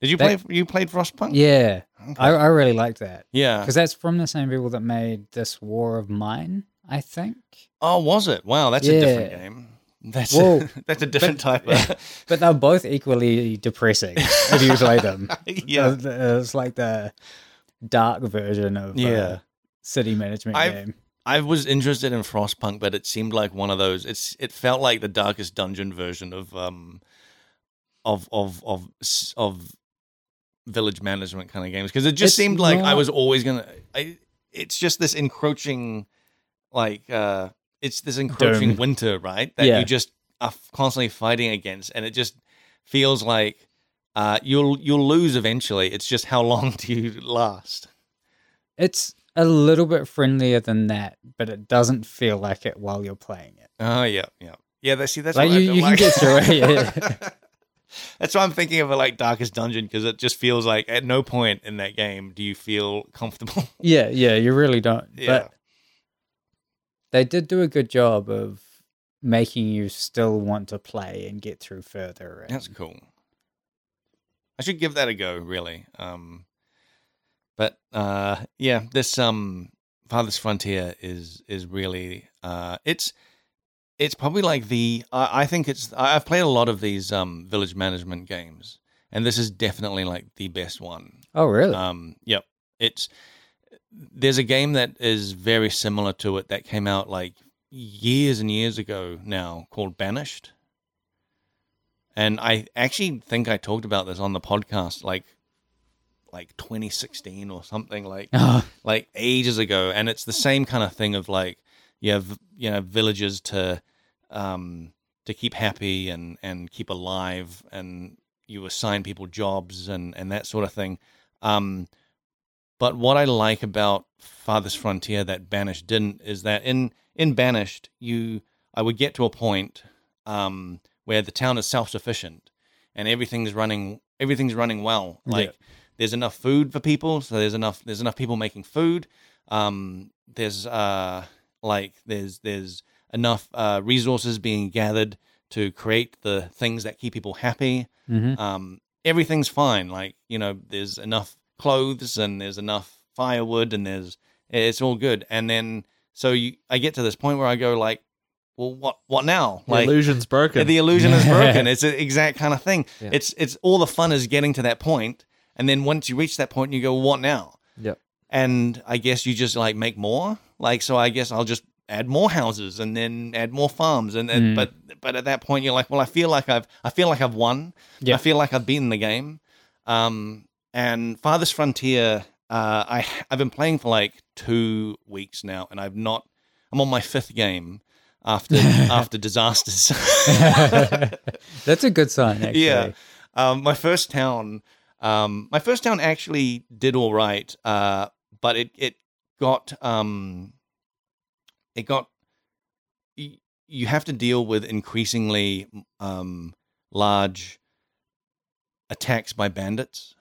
S1: Did you play?
S2: That-
S1: you played Frostpunk?
S2: Yeah,
S1: Okay. Uh.
S2: I, I really liked that
S1: yeah.
S2: because that's from the same people that made this War of Mine, I think.
S1: Oh, was it? Wow, that's a different
S2: Yeah.
S1: game. That's
S2: Well,
S1: a, that's a different
S2: but-
S1: type of.
S2: But they're both equally depressing if you play them.
S1: yeah.
S2: Uh, it's like the dark version of yeah.
S1: Yeah.
S2: city management
S1: I've-
S2: game.
S1: I was interested in Frostpunk, but it seemed like one of those. It's it felt like the darkest dungeon version of um of of of s- of village management kind of games because it just
S2: It's
S1: seemed like I
S2: not-
S1: was always gonna. I it's just this encroaching, like uh, it's this encroaching
S2: Doom.
S1: winter, right? That
S2: Yeah.
S1: you just are f- constantly fighting against, and it just feels like uh you'll you'll lose eventually. It's just how long do you last?
S2: It's a little bit friendlier than that, but it doesn't feel like it while you're playing it.
S1: Oh yeah, yeah, yeah. That, see, that's
S2: Like,
S1: what I
S2: you-
S1: don't
S2: you can
S1: like.
S2: get through it,
S1: that's why I'm thinking of it like Darkest Dungeon because it just feels like at no point in that game do you feel comfortable.
S2: Yeah, yeah, you really don't.
S1: Yeah.
S2: But they did do a good job of making you still want to play and get through further. And,
S1: that's cool. I should give that a go, really. Um, but uh, yeah, this um, Farthest Frontier is is really uh, it's it's probably like the I, I think it's I- I've played a lot of these um, village management games, and this is definitely like the best one.
S2: Oh, really?
S1: Um, yep. It's there's a game that is very similar to it that came out like years and years ago now called Banished. And I actually think I talked about this on the podcast like like 2016 or something like
S2: Oh,
S1: like ages ago and it's the same kind of thing of like you have you know villagers to um to keep happy and and keep alive and you assign people jobs and and that sort of thing um but what i like about farthest frontier that banished didn't is that in in banished you i would get to a point um where the town is self-sufficient and everything's running everything's running well
S2: Yeah.
S1: like there's enough food for people so there's enough there's enough people making food um there's uh like there's there's enough uh resources being gathered to create the things that keep people happy
S2: hmm
S1: um everything's fine like you know there's enough clothes and there's enough firewood and there's it's all good and then so you i get to this point where i go like well what what now
S3: The
S1: like
S3: illusion's broken.
S1: the illusion is broken. It's the exact kind of thing.
S3: Yeah.
S1: It's it's all the fun is getting to that point, and then once you reach that point, you go, "What now?"
S3: Yep.
S1: And I guess you just like make more. Like so, I guess I'll just add more houses and then add more farms. And, and
S2: Mm.
S1: but but at that point, you're like, "Well, I feel like I've I feel like I've won.
S2: Yeah.
S1: I feel like I've beaten the game." Um, and Farthest Frontier, uh, I I've been playing for like two weeks now, and I've not. I'm on my fifth game after after disasters.
S2: That's a good sign, actually.
S1: Yeah. Um, my first town, um, my first town actually did all right, uh, but it it got um, it got y- you have to deal with increasingly um, large attacks by bandits,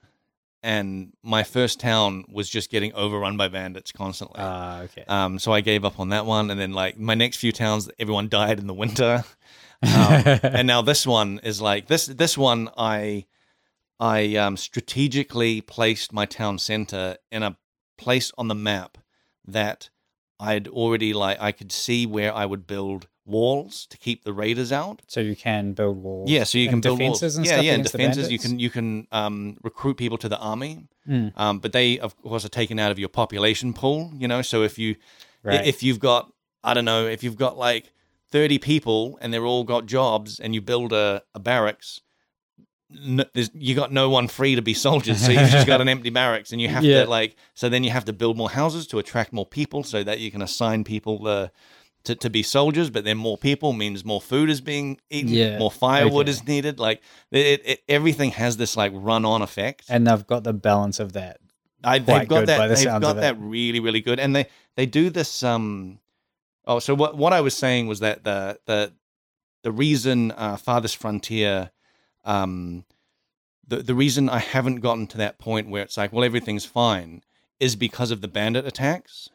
S1: and my first town was just getting overrun by bandits constantly.
S2: Ah, okay.
S1: um, so I gave up on that one, and then like my next few towns, everyone died in the winter. um, and now this one is like this this one i i um, strategically placed my town center in a place on the map that i'd already like i could see where i would build walls to keep the raiders out
S2: so you can build walls.
S1: yeah so you
S2: and
S1: can build walls
S2: defenses and
S1: yeah
S2: stuff
S1: yeah and
S2: against the
S1: defenses you
S2: bandits?
S1: can you can um, recruit people to the army
S2: Mm,
S1: um, but they of course are taken out of your population pool you know so if you I-
S2: right.
S1: If you've got, I don't know, if you've got like 30 people and they're all got jobs and you build a, a barracks, n there's, you got no one free to be soldiers. So you've just got an empty barracks and you have
S2: Yeah.
S1: to like, so then you have to build more houses to attract more people so that you can assign people the. To, to be soldiers, but then more people means more food is being eaten,
S2: Yeah.
S1: more firewood
S2: Okay.
S1: is needed. Like it, it, everything has this like run-on effect.
S2: and they've got the balance of that.
S1: I, they've
S2: quite
S1: got
S2: good by
S1: that.
S2: the
S1: they've
S2: sounds
S1: got
S2: of it.
S1: that really, really good. And they they do this. Um. Oh, so what what I was saying was that the the the reason uh, Farthest Frontier, um, the the reason I haven't gotten to that point where it's like, well, everything's fine, is because of the bandit attacks,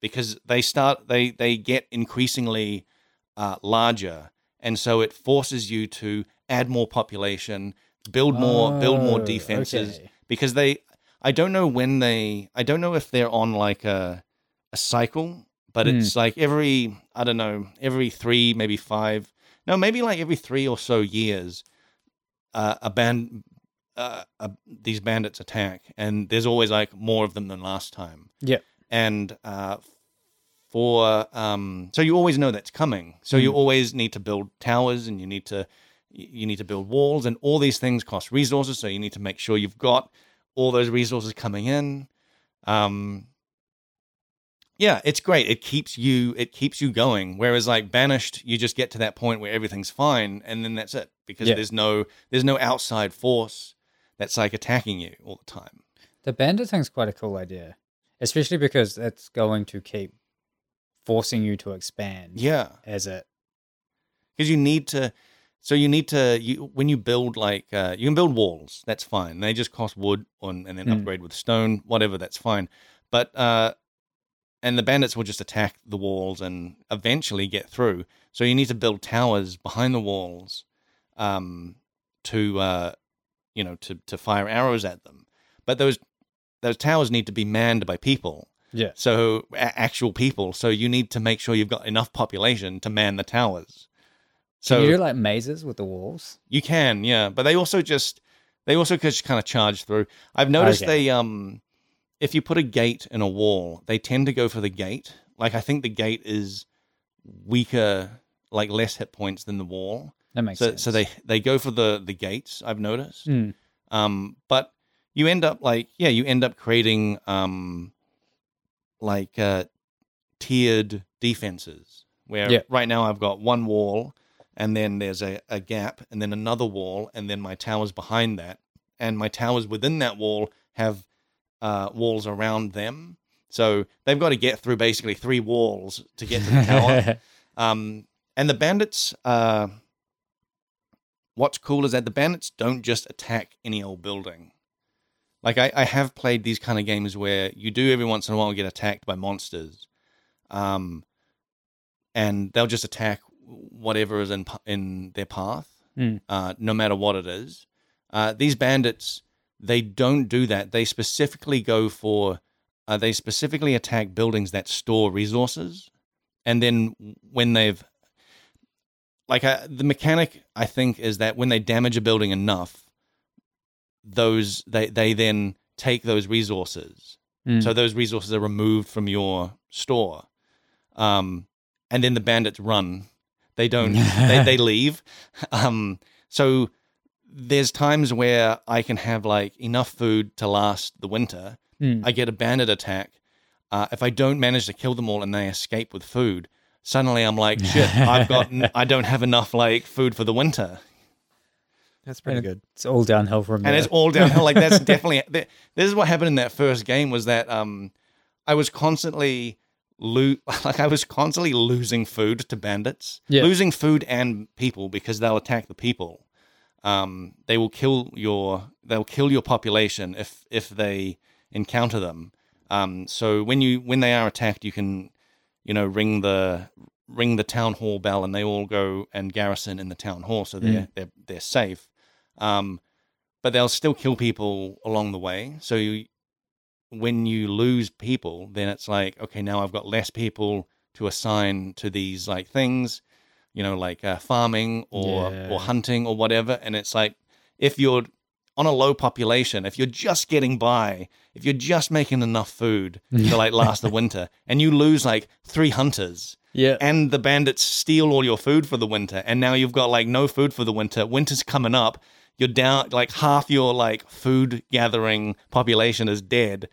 S1: because they start they they get increasingly uh, larger, and so it forces you to add more population, build more build more
S2: Oh,
S1: defenses
S2: okay.
S1: because they I don't know when they I don't know if they're on like a a cycle, but
S2: Hmm.
S1: it's like every I don't know, every 3 maybe 5 no, maybe like every 3 or so years uh, a band uh, a, these bandits attack and there's always like more of them than last time.
S2: Yep.
S1: And uh for um so you always know that's coming. So you
S2: Hmm.
S1: always need to build towers and you need to you need to build walls and all these things cost resources so you need to make sure you've got all those resources coming in um yeah it's great it keeps you it keeps you going whereas like banished you just get to that point where everything's fine and then that's it because
S2: Yeah.
S1: there's no there's no outside force that's like attacking you all the time
S2: The bandit thing's quite a cool idea, especially because that's going to keep forcing you to expand.
S1: yeah
S2: As it,
S1: because you need to so you need to you when you build like uh, you can build walls that's fine they just cost wood on, and then
S2: Mm.
S1: upgrade with stone whatever that's fine but uh and the bandits will just attack the walls and eventually get through so you need to build towers behind the walls um to uh you know to to fire arrows at them but those those towers need to be manned by people
S2: yeah,
S1: so a- actual people so you need to make sure you've got enough population to man the towers so
S2: so you do like mazes with the walls.
S1: you can, yeah. But they also just they also just kind of charge through. I've noticed
S2: Okay.
S1: they um if you put a gate in a wall, they tend to go for the gate. Like I think the gate is weaker, like less hit points than the wall.
S2: That makes
S1: so
S2: sense.
S1: so they they go for the the gates. I've noticed.
S2: Mm.
S1: Um, but you end up like yeah, you end up creating um, like uh, tiered defenses where
S2: Yeah.
S1: right now I've got one wall and then there's a, a gap and then another wall and then my towers behind that and my towers within that wall have uh, walls around them. So they've got to get through basically three walls to get to the tower. Um, and the bandits, uh, what's cool is that the bandits don't just attack any old building. Like I, I have played these kind of games where you do every once in a while get attacked by monsters, um, and they'll just attack whatever is in pa- in their path,
S2: Hmm.
S1: uh, no matter what it is. Uh, these bandits, they don't do that. They specifically go for, uh, they specifically attack buildings that store resources and then when they've like I, the mechanic i think is that when they damage a building enough those they they then take those resources
S2: Mm.
S1: so those resources are removed from your store um and then the bandits run they don't they, they leave um so there's times where i can have like enough food to last the winter
S2: Mm.
S1: I get a bandit attack. Uh, if I don't manage to kill them all and they escape with food, suddenly I'm like, shit, I've got, n- I don't have enough like food for the winter,
S3: That's pretty
S2: And-
S3: good.
S2: it's all downhill from
S1: and
S2: there.
S1: it's all downhill. Like that's definitely th- this is what happened in that first game was that um, I was constantly lo- like I was constantly losing food to bandits,
S2: Yeah.
S1: losing food and people because they'll attack the people. um, they will kill your they'll kill your population if if they encounter them. Um, so when you when they are attacked, you can you know ring the ring the town hall bell, and they all go and garrison in the town hall, so they're they're they're safe. Um, but they'll still kill people along the way. So you, when you lose people, then it's like okay, now I've got less people to assign to these like things, you know, like uh, farming or
S2: Yeah.
S1: or hunting or whatever. And it's like if you're on a low population, if you're just getting by, if you're just making enough food to like last the winter, and you lose like three hunters,
S2: yeah.
S1: and the bandits steal all your food for the winter, and now you've got like no food for the winter. Winter's coming up. You're down like half your like food gathering population is dead.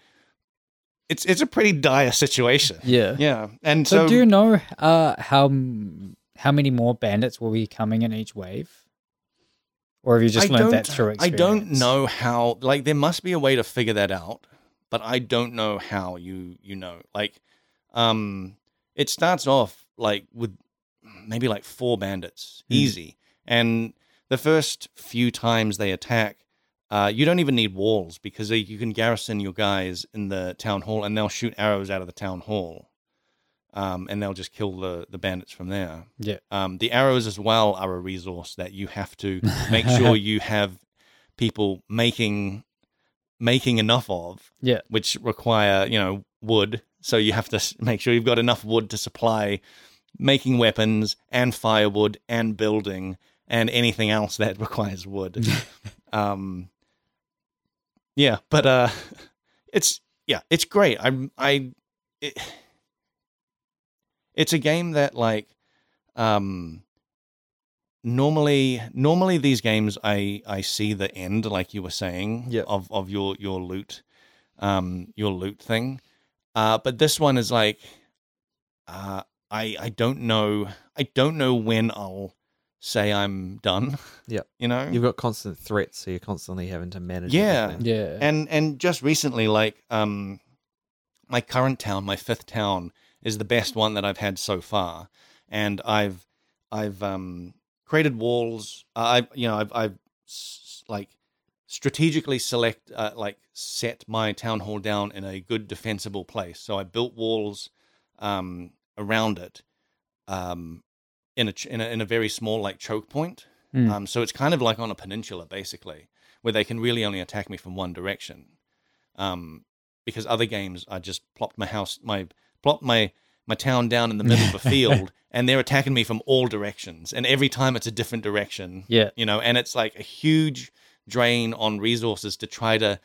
S1: It's it's a pretty dire situation.
S2: yeah.
S1: Yeah, and
S2: So,
S1: so,
S2: do you know uh, how m- how many more bandits will be coming in each wave, or have you just
S1: I
S2: learned that
S1: don't-
S2: through
S1: I
S2: experience?
S1: don't know how. Like, there must be a way to figure that out, but I don't know how. You you know, like, um, it starts off like with maybe like four bandits,
S2: Hmm.
S1: easy, and the first few times they attack. Uh, you don't even need walls because they, you can garrison your guys in the town hall and they'll shoot arrows out of the town hall um, and they'll just kill the, the bandits from there.
S2: Yeah.
S1: Um, the arrows as well are a resource that you have to make sure you have people making making enough of.
S2: Yeah.
S1: Which require you know wood, so you have to s- make sure you've got enough wood to supply making weapons and firewood and building and anything else that requires wood. um, yeah, but uh, it's yeah, it's great. I I it, it's a game that like um normally normally these games i i see the end like you were saying
S3: Yeah.
S1: of of your your loot um your loot thing uh but this one is like uh i i don't know i don't know when i'll say i'm done
S3: Yeah.
S1: you know
S3: You've got constant threats, so you're constantly having to manage.
S1: Yeah.
S3: everything.
S2: Yeah.
S1: and and just recently like um my current town my fifth town is the best one that i've had so far and i've i've um created walls i have you know i've i've s- like strategically select uh, like set my town hall down in a good defensible place so i built walls um around it um in a, ch- in a in a very small like choke point
S2: Mm.
S1: um so it's kind of like on a peninsula basically where they can really only attack me from one direction. Um, because other games, I just plopped my house, my plopped my my town down in the middle of a field, and they're attacking me from all directions, and every time it's a different direction.
S2: yeah.
S1: You know, and it's like a huge drain on resources to try to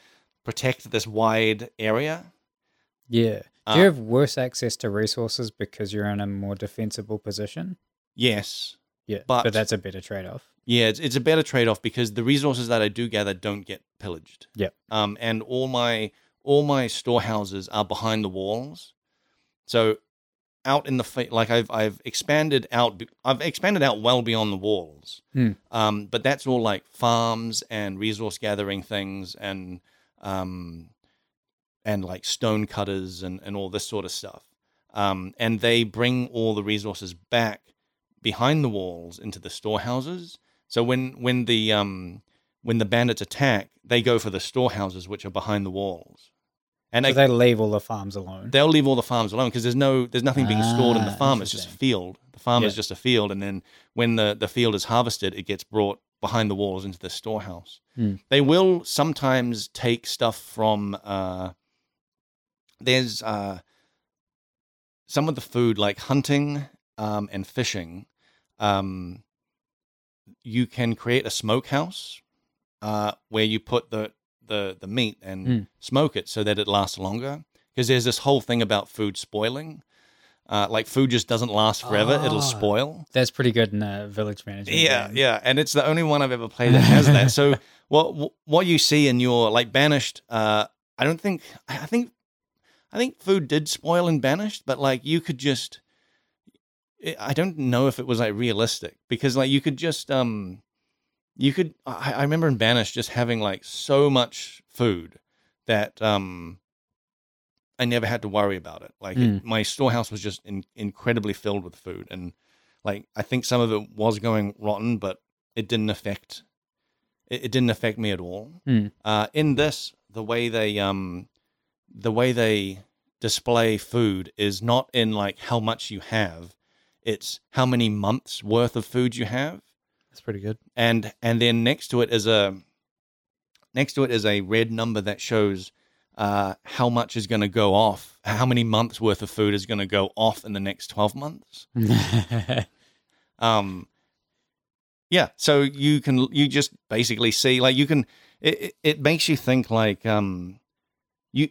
S1: protect this wide area.
S2: Yeah.
S1: Uh,
S2: Do you have worse access to resources because you're in a more defensible position?
S1: yes.
S2: Yeah. But,
S1: But-
S2: that's a better trade off.
S1: Yeah, it's, it's a better trade off because the resources that I do gather don't get pillaged.
S2: Yep.
S1: Um, and all my all my storehouses are behind the walls, so out in the fa- like I've I've expanded out be- I've expanded out well beyond the walls.
S2: Hmm.
S1: Um, but that's all like farms and resource gathering things and um, and like stone cutters and and all this sort of stuff. Um, and they bring all the resources back behind the walls into the storehouses. So when when the um when the bandits attack, they go for the storehouses which are behind the walls, and
S2: So
S1: they,
S2: they leave all the farms alone.
S1: they'll leave all the farms alone because there's no there's nothing being stored in the
S2: Ah,
S1: farm. It's just a
S2: interesting.
S1: field. The farm is
S2: Yeah.
S1: just a field, and then when the the field is harvested, it gets brought behind the walls into the storehouse.
S2: Hmm.
S1: They will sometimes take stuff from. Uh, there's uh, some of the food like hunting um, and fishing. Um, you can create a smokehouse uh, where you put the the the meat and
S2: Mm.
S1: smoke it so that it lasts longer. Because there's this whole thing about food spoiling. Uh, like food just doesn't last forever;
S3: Ah.
S1: it'll spoil.
S2: That's pretty good in a village management.
S1: Yeah,
S2: game.
S1: yeah, and it's the only one I've ever played that has that. So what what you see in your like banished? Uh, I don't think I think I think food did spoil in banished, but like you could just I I don't know if it was like realistic because like you could just um you could I, I remember in banished just having like so much food that um I never had to worry about it. Like it, my storehouse was just in, incredibly filled with food and like I think some of it was going rotten, but it didn't affect it, it didn't affect me at all.
S2: Hmm.
S1: Uh, in this, the way they um the way they display food is not in like how much you have, it's how many months worth of food you have
S3: That's pretty good.
S1: and and then next to it is a next to it is a red number that shows uh, how much is going to go off, how many months worth of food is going to go off in the next twelve months. Um, yeah, so you can you just basically see like you can it it- it makes you think like um you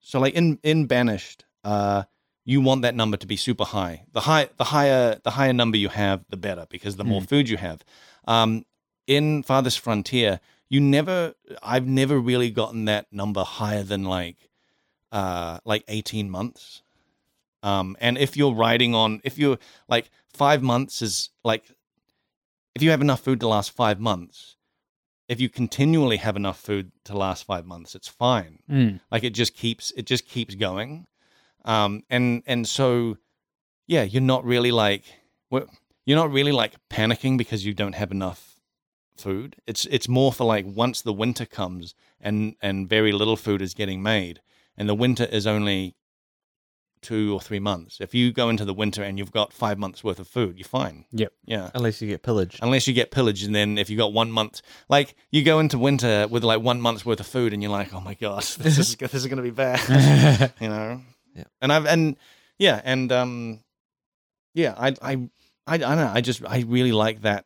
S1: so like in in banished uh you want that number to be super high the high the higher the higher number you have the better because the more food you have um in farthest frontier you never i've never really gotten that number higher than like uh like 18 months um and if you're riding on if you're like 5 months is like if you have enough food to last 5 months if you continually have enough food to last 5 months it's fine
S2: Mm.
S1: like it just keeps it just keeps going um and and so yeah you're not really like wha- you're not really like panicking because you don't have enough food it's it's more for like once the winter comes and and very little food is getting made and the winter is only two or three months if you go into the winter and you've got five months worth of food you're fine
S2: Yep.
S1: yeah
S3: Unless you get pillaged.
S1: unless you get pillaged and then if you got one month like you go into winter with like one month's worth of food and you're like oh my god this is this is going to be bad you know
S3: Yeah.
S1: and i've and yeah and um yeah i i i, I don't know i just i really like that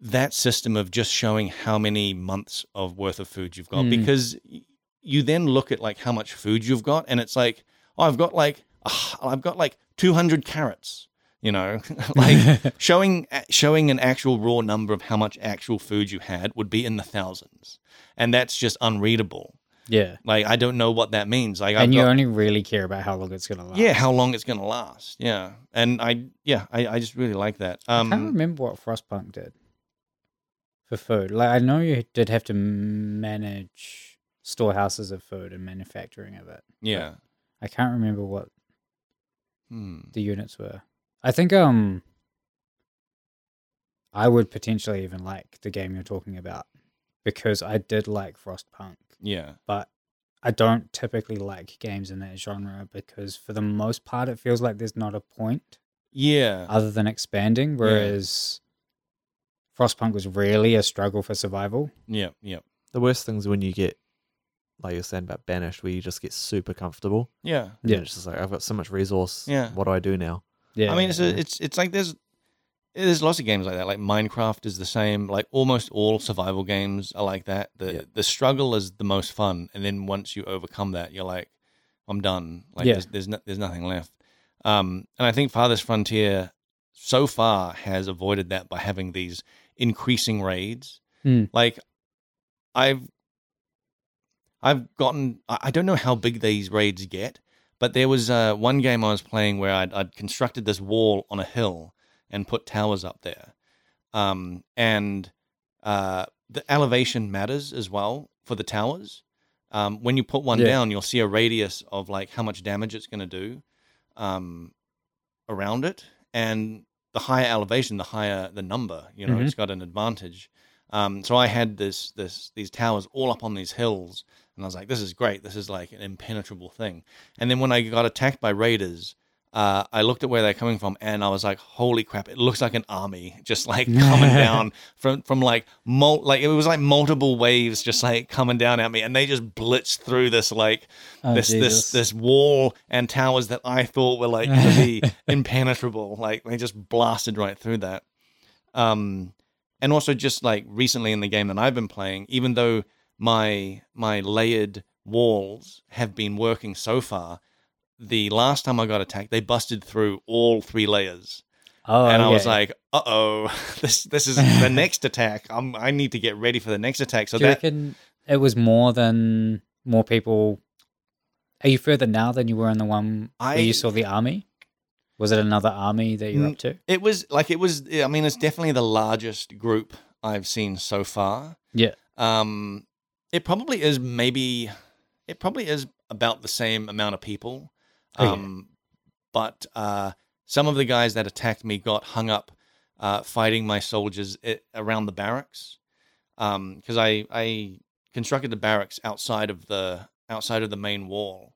S1: that system of just showing how many months of worth of food you've got
S2: Mm.
S1: because y- you then look at like how much food you've got and it's like oh i've got like ah, i've got like 200 carrots you know like showing showing an actual raw number of how much actual food you had would be in the thousands and that's just unreadable
S2: yeah.
S1: like I don't know what that means. Like I've
S2: and you
S1: got,
S2: only really care about how long it's going to last.
S1: yeah, how long it's gonna last. Yeah, and I yeah I, I just really like that.
S2: I can't
S1: Um,
S2: remember what Frostpunk did for food. Like I know you did have to manage storehouses of food and manufacturing of it.
S1: yeah.
S2: I can't remember what
S1: Hmm.
S2: the units were. I think um I would potentially even like the game you're talking about because I did like Frostpunk,
S1: Yeah.
S2: but I don't typically like games in that genre because for the most part it feels like there's not a point
S1: Yeah.
S2: other than expanding whereas Frostpunk was really a struggle for survival.
S1: Yeah. Yeah.
S3: The worst thing's when you get, like you're saying about banished, where you just get super comfortable.
S1: Yeah.
S3: and
S2: Yeah.
S3: It's just like, I've got so much resource.
S1: Yeah.
S3: What do I do now?
S2: Yeah.
S1: I mean, it's a, it's it's like there's there's lots of games like that. Like Minecraft is the same. Like almost all survival games are like that. The
S3: Yeah.
S1: the struggle is the most fun, and then once you overcome that, you're like, I'm done. Like
S2: Yeah.
S1: there's there's, no, there's nothing left. Um, and I think Farthest Frontier so far has avoided that by having these increasing raids.
S2: Hmm.
S1: Like I've I've gotten I I don't know how big these raids get, but there was uh, one game I was playing where I'd, I'd constructed this wall on a hill and put towers up there. Um, and uh, the elevation matters as well for the towers. Um, when you put one
S2: Yeah.
S1: down, you'll see a radius of like how much damage it's going to do um, around it. And the higher elevation, the higher the number. You know,
S2: Mhm.
S1: it's got an advantage. Um, so I had this this these towers all up on these hills, and I was like, "This is great. This is like an impenetrable thing." And then when I got attacked by raiders, uh, I looked at where they're coming from, and I was like, "Holy crap! It looks like an army just like coming down from from like mul- like it was like multiple waves just like coming down at me, and they just blitzed through this like
S2: Oh,
S1: this
S2: Jesus.
S1: this this wall and towers that I thought were like to be impenetrable. Like they just blasted right through that. Um, and also just like recently in the game that I've been playing, even though my my layered walls have been working so far, the last time I got attacked, they busted through all three layers,
S2: Oh,
S1: and I was
S2: okay.
S1: like, "Uh oh, this this is the next attack. I'm, I need to get ready for the next attack." So
S2: Do you
S1: that
S2: reckon it was more than more people? Are you further now than you were in the one where
S1: I-
S2: you saw the army? Was it another army that you're
S1: N-
S2: up to?
S1: It was like it was. I mean, it's definitely the largest group I've seen so far.
S2: Yeah.
S1: Um, it probably is maybe. It probably is about the same amount of people.
S2: Oh, yeah.
S1: Um, but uh, some of the guys that attacked me got hung up uh, fighting my soldiers i around the barracks because I I constructed the barracks outside of the outside of the main wall,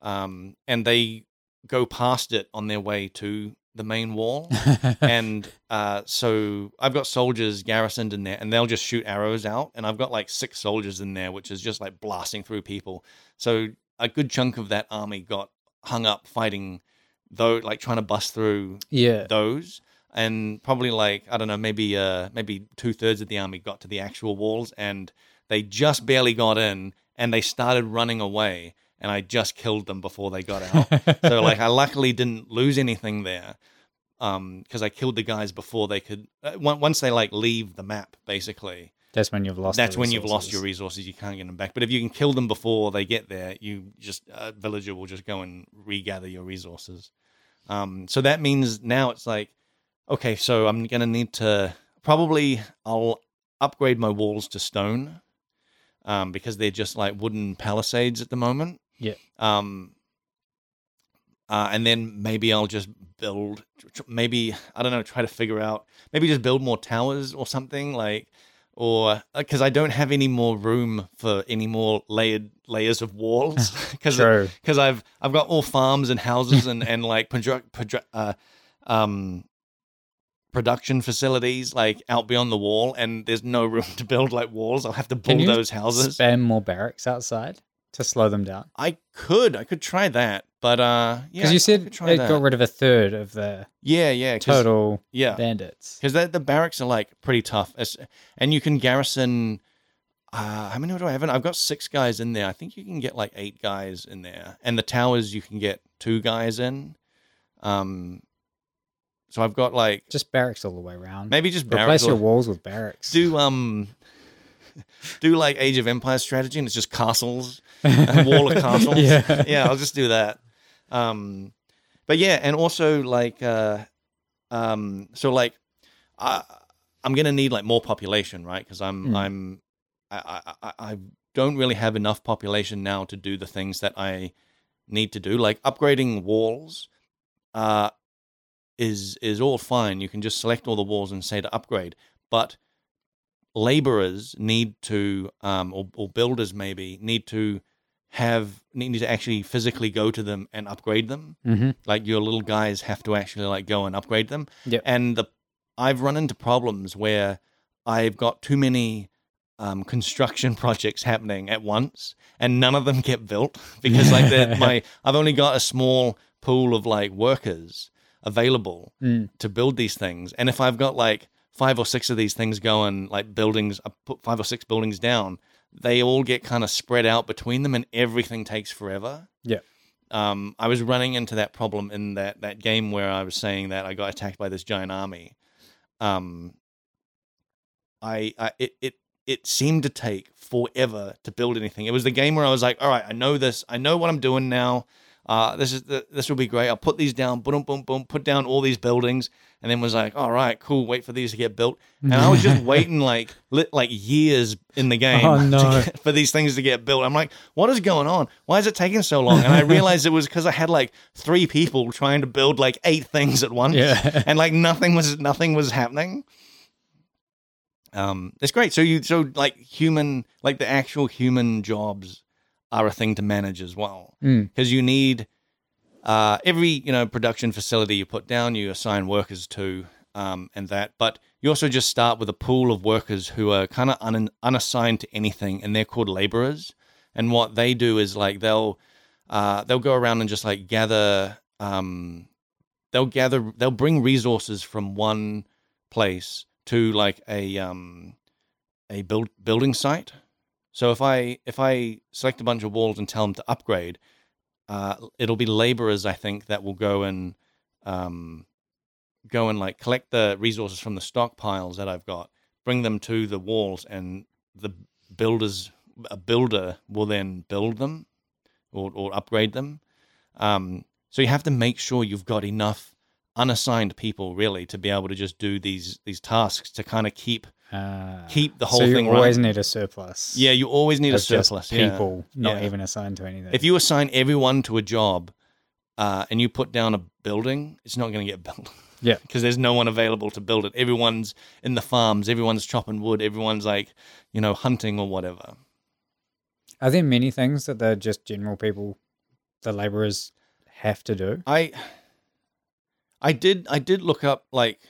S1: um, and they go past it on their way to the main wall and uh, so I've got soldiers garrisoned in there, and they'll just shoot arrows out. And I've got like six soldiers in there, which is just like blasting through people. So a good chunk of that army got hung up fighting, though, like trying to bust through
S2: yeah.
S1: those. And probably like I don't know, maybe uh, maybe two thirds of the army got to the actual walls, and they just barely got in, and they started running away, and I just killed them before they got out so like I luckily didn't lose anything there um because I killed the guys before they could uh, on- once they like leave the map basically
S2: that's when you've lost. the
S1: that's when you've lost your
S2: resources.
S1: resources you can't get them back but if you can kill them before they get there you just a villager will just go and regather your resources um so that means now it's like okay so I'm going to need to probably I'll upgrade my walls to stone um because they're just like wooden palisades at the moment
S2: Yeah.
S1: um uh, and then maybe I'll just build. tr- Maybe I don't know. Try to figure out. Maybe just build more towers or something like, or because I don't have any more room for any more layered layers of walls because
S2: True.
S1: because I've I've got all farms and houses and and like produ- produ- uh, um, production facilities like out beyond the wall, and there's no room to build like walls. I'll have to
S2: Can you
S1: bulldoze houses.
S2: Spam more barracks outside to slow them down.
S1: I could I could try that, but uh, yeah,
S2: Because
S1: I
S2: you said
S1: could
S2: it
S1: try that. uh,
S2: got rid of a third of the
S1: yeah, yeah, 'cause-
S2: total
S1: yeah.
S2: bandits.
S1: because the, the barracks are like pretty tough, It's- and you can garrison. Uh, how many do I have? in- I've got six guys in there. I think you can get like eight guys in there, and the towers you can get two guys in. Um, so I've got like
S2: Just barracks all the way around.
S1: maybe just barracks.
S2: Replace your
S1: Or,
S2: walls with barracks.
S1: do um, do like Age of Empires strategy, and it's just castles, a wall of castles.
S2: Yeah.
S1: yeah, I'll just do that. Um, but yeah, and also like, uh, um, so like, I I'm gonna need like more population, right? Because I'm
S2: Mm.
S1: I'm I, I- I I don't really have enough population now to do the things that I need to do, like upgrading walls. Uh, is is all fine. You can just select all the walls and say to upgrade, but laborers need to um, or, or builders maybe need to have need to actually physically go to them and upgrade them
S2: Mhm.
S1: like your little guys have to actually like go and upgrade them
S2: Yep.
S1: and the i've run into problems where i've got too many um, construction projects happening at once and none of them get built because like they're- my i've only got a small pool of like workers available
S2: Mm.
S1: to build these things. And if I've got like five or six of these things going, like buildings, I put five or six buildings down, they all get kind of spread out between them and everything takes forever.
S2: Yeah.
S1: Um, I was running into that problem in that, that game where I was saying that I got attacked by this giant army. Um, I, I it, it, it seemed to take forever to build anything. It was the game where I was like, all right, I know this. I know what I'm doing now. Uh, this is the, this will be great. I'll put these down, boom, boom, boom, put down all these buildings, and then was like, all right, cool, wait for these to get built. And I was just waiting like lit, like years in the game
S2: Oh,
S1: to
S2: no.
S1: get- for these things to get built. I'm like, what is going on? Why is it taking so long? And I realized it was because I had like three people trying to build like eight things at once
S2: yeah.
S1: and like nothing was nothing was happening. Um, it's great. So you so like human like the actual human jobs are a thing to manage as well
S2: Mm.
S1: because you need uh, every you know production facility you put down you assign workers to um, and that but you also just start with a pool of workers who are kind of un- unassigned to anything and they're called laborers and what they do is like they'll uh, they'll go around and just like gather um, they'll gather they'll bring resources from one place to like a um, a build building site so if i if i select a bunch of walls and tell them to upgrade uh, it'll be laborers, I think, that will go and um, go and like collect the resources from the stockpiles that I've got, bring them to the walls, and the builders, a builder, will then build them or, or upgrade them. Um, so you have to make sure you've got enough unassigned people really to be able to just do these these tasks to kind of keep
S2: Uh,
S1: keep the whole
S2: so you
S1: thing
S2: always
S1: running.
S2: need a surplus.
S1: Yeah, you always need a
S2: of just
S1: surplus. yeah.
S2: people not
S1: Yeah.
S2: even assigned to anything.
S1: If you assign everyone to a job uh, and you put down a building, it's not going to get built.
S2: Yeah.
S1: Because there's no one available to build it. Everyone's in the farms, everyone's chopping wood, everyone's like, you know, hunting or whatever.
S2: Are there many things that the just general people, the laborers, have to do?
S1: I I did I did look up like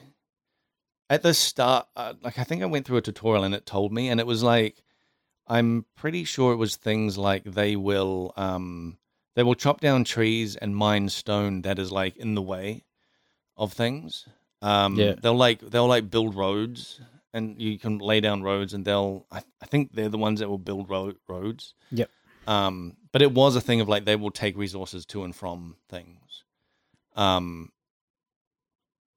S1: at the start uh, like I think I went through a tutorial and it told me and it was like I'm pretty sure it was things like they will um they will chop down trees and mine stone that is like in the way of things. Um
S2: Yeah.
S1: they'll like they'll like build roads and you can lay down roads and they'll I, I think they're the ones that will build ro- roads.
S2: Yep.
S1: Um but it was a thing of like they will take resources to and from things um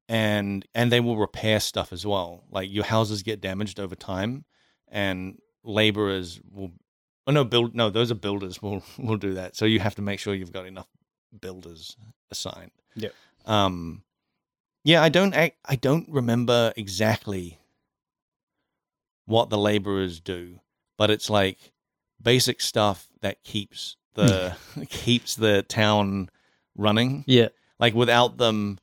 S1: and and they will repair stuff as well like your houses get damaged over time and laborers will oh no build no those are builders will will do that so you have to make sure you've got enough builders assigned
S2: Yep.
S1: um yeah i don't ac- i don't remember exactly what the laborers do but it's like basic stuff that keeps the keeps the town running
S3: Yeah.
S1: like without them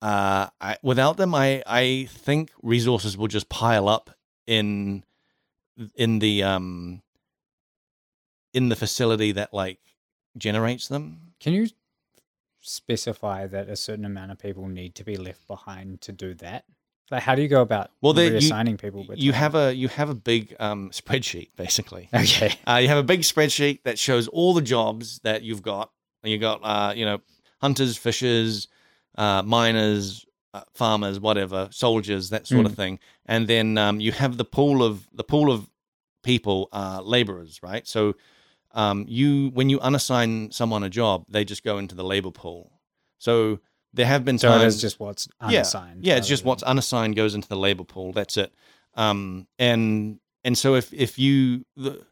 S1: uh I, without them i i think resources will just pile up in in the um in the facility that like generates them
S2: Can you specify that a certain amount of people need to be left behind to do that? Like, how do you go about
S1: Well, there- you-
S2: reassigning people?
S1: you have a you have a big um spreadsheet basically
S2: okay.
S1: Uh, you have a big spreadsheet that shows all the jobs that you've got. You got, uh, you know, hunters, fishers, uh, miners, uh, farmers, whatever, soldiers, that sort of thing. And then um, you have the pool of the pool of people, uh, laborers, right? So um, you, when you unassign someone a job, they just go into the labor pool. So there have been
S2: So it
S1: times
S2: is just what's unassigned.
S1: yeah, it's
S2: rather
S1: just
S2: than-
S1: what's unassigned goes into the labor pool. That's it. Um, and and so if if you the,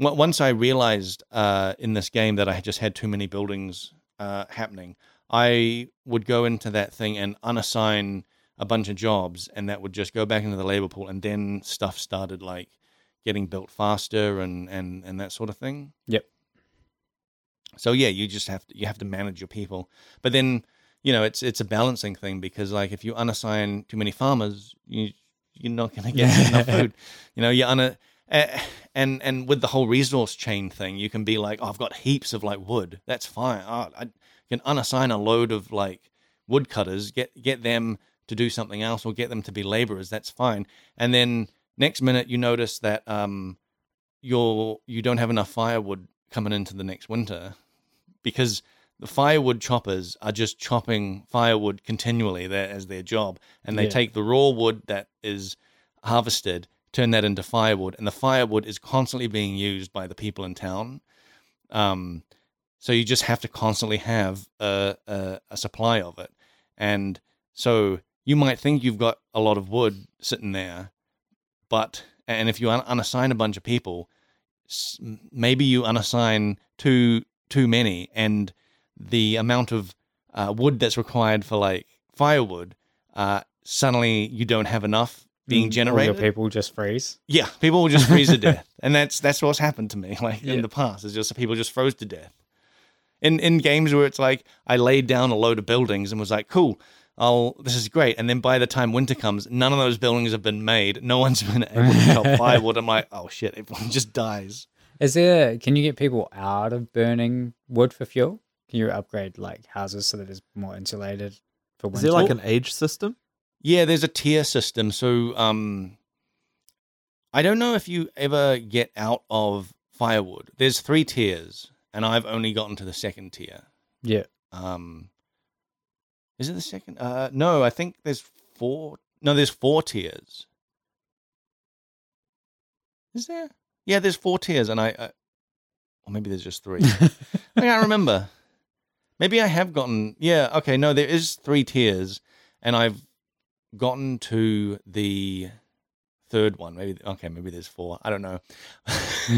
S1: on- once I realized uh, in this game that I had just had too many buildings uh, happening, I would go into that thing and unassign a bunch of jobs, and that would just go back into the labor pool, and then stuff started like getting built faster and and and that sort of thing.
S2: Yep.
S1: So yeah, you just have to you have to manage your people, but then you know it's it's a balancing thing because like if you unassign too many farmers, you you're not going to get enough food. You know, you una a- and and with the whole resource chain thing, you can be like, oh, I've got heaps of like wood. That's fine. Oh, I can unassign a load of like woodcutters. Get get them to do something else, or get them to be laborers. That's fine. And then next minute, you notice that um, you're you don't have enough firewood coming into the next winter because the firewood choppers are just chopping firewood continually there as their job, and they
S2: Yeah.
S1: take the raw wood that is harvested, turn that into firewood, and the firewood is constantly being used by the people in town. Um, so you just have to constantly have a, a, a supply of it, and so you might think you've got a lot of wood sitting there, but and if you un- unassign a bunch of people, s- maybe you unassign too too many, and the amount of uh, wood that's required for like firewood, uh, suddenly you don't have enough being generated.
S2: Mm, All your people just freeze.
S1: yeah, people will just freeze to death, and that's that's what's happened to me. Like in
S2: Yeah.
S1: the past, is just people just froze to death. In in games where it's like I laid down a load of buildings and was like, cool. I'll, this is great, and then by the time winter comes, none of those buildings have been made. No one's been able to chop firewood. I'm like, oh shit, everyone just dies.
S2: Is there? Can you get people out of burning wood for fuel? Can you upgrade like houses so that it's more insulated for
S3: Is
S2: winter?
S3: there like an age system?
S1: Yeah, there's a tier system. So um I don't know if you ever get out of firewood. There's three tiers, and I've only gotten to the second tier.
S2: yeah.
S1: Um Is it the second? Uh no, I think there's four No, there's four tiers. Is there? Yeah, there's four tiers and I, I or maybe there's just three. I can't remember. Maybe I have gotten. Yeah. Okay. No, there is three tiers, and I've gotten to the third one. Maybe. Okay. Maybe there's four. I don't know.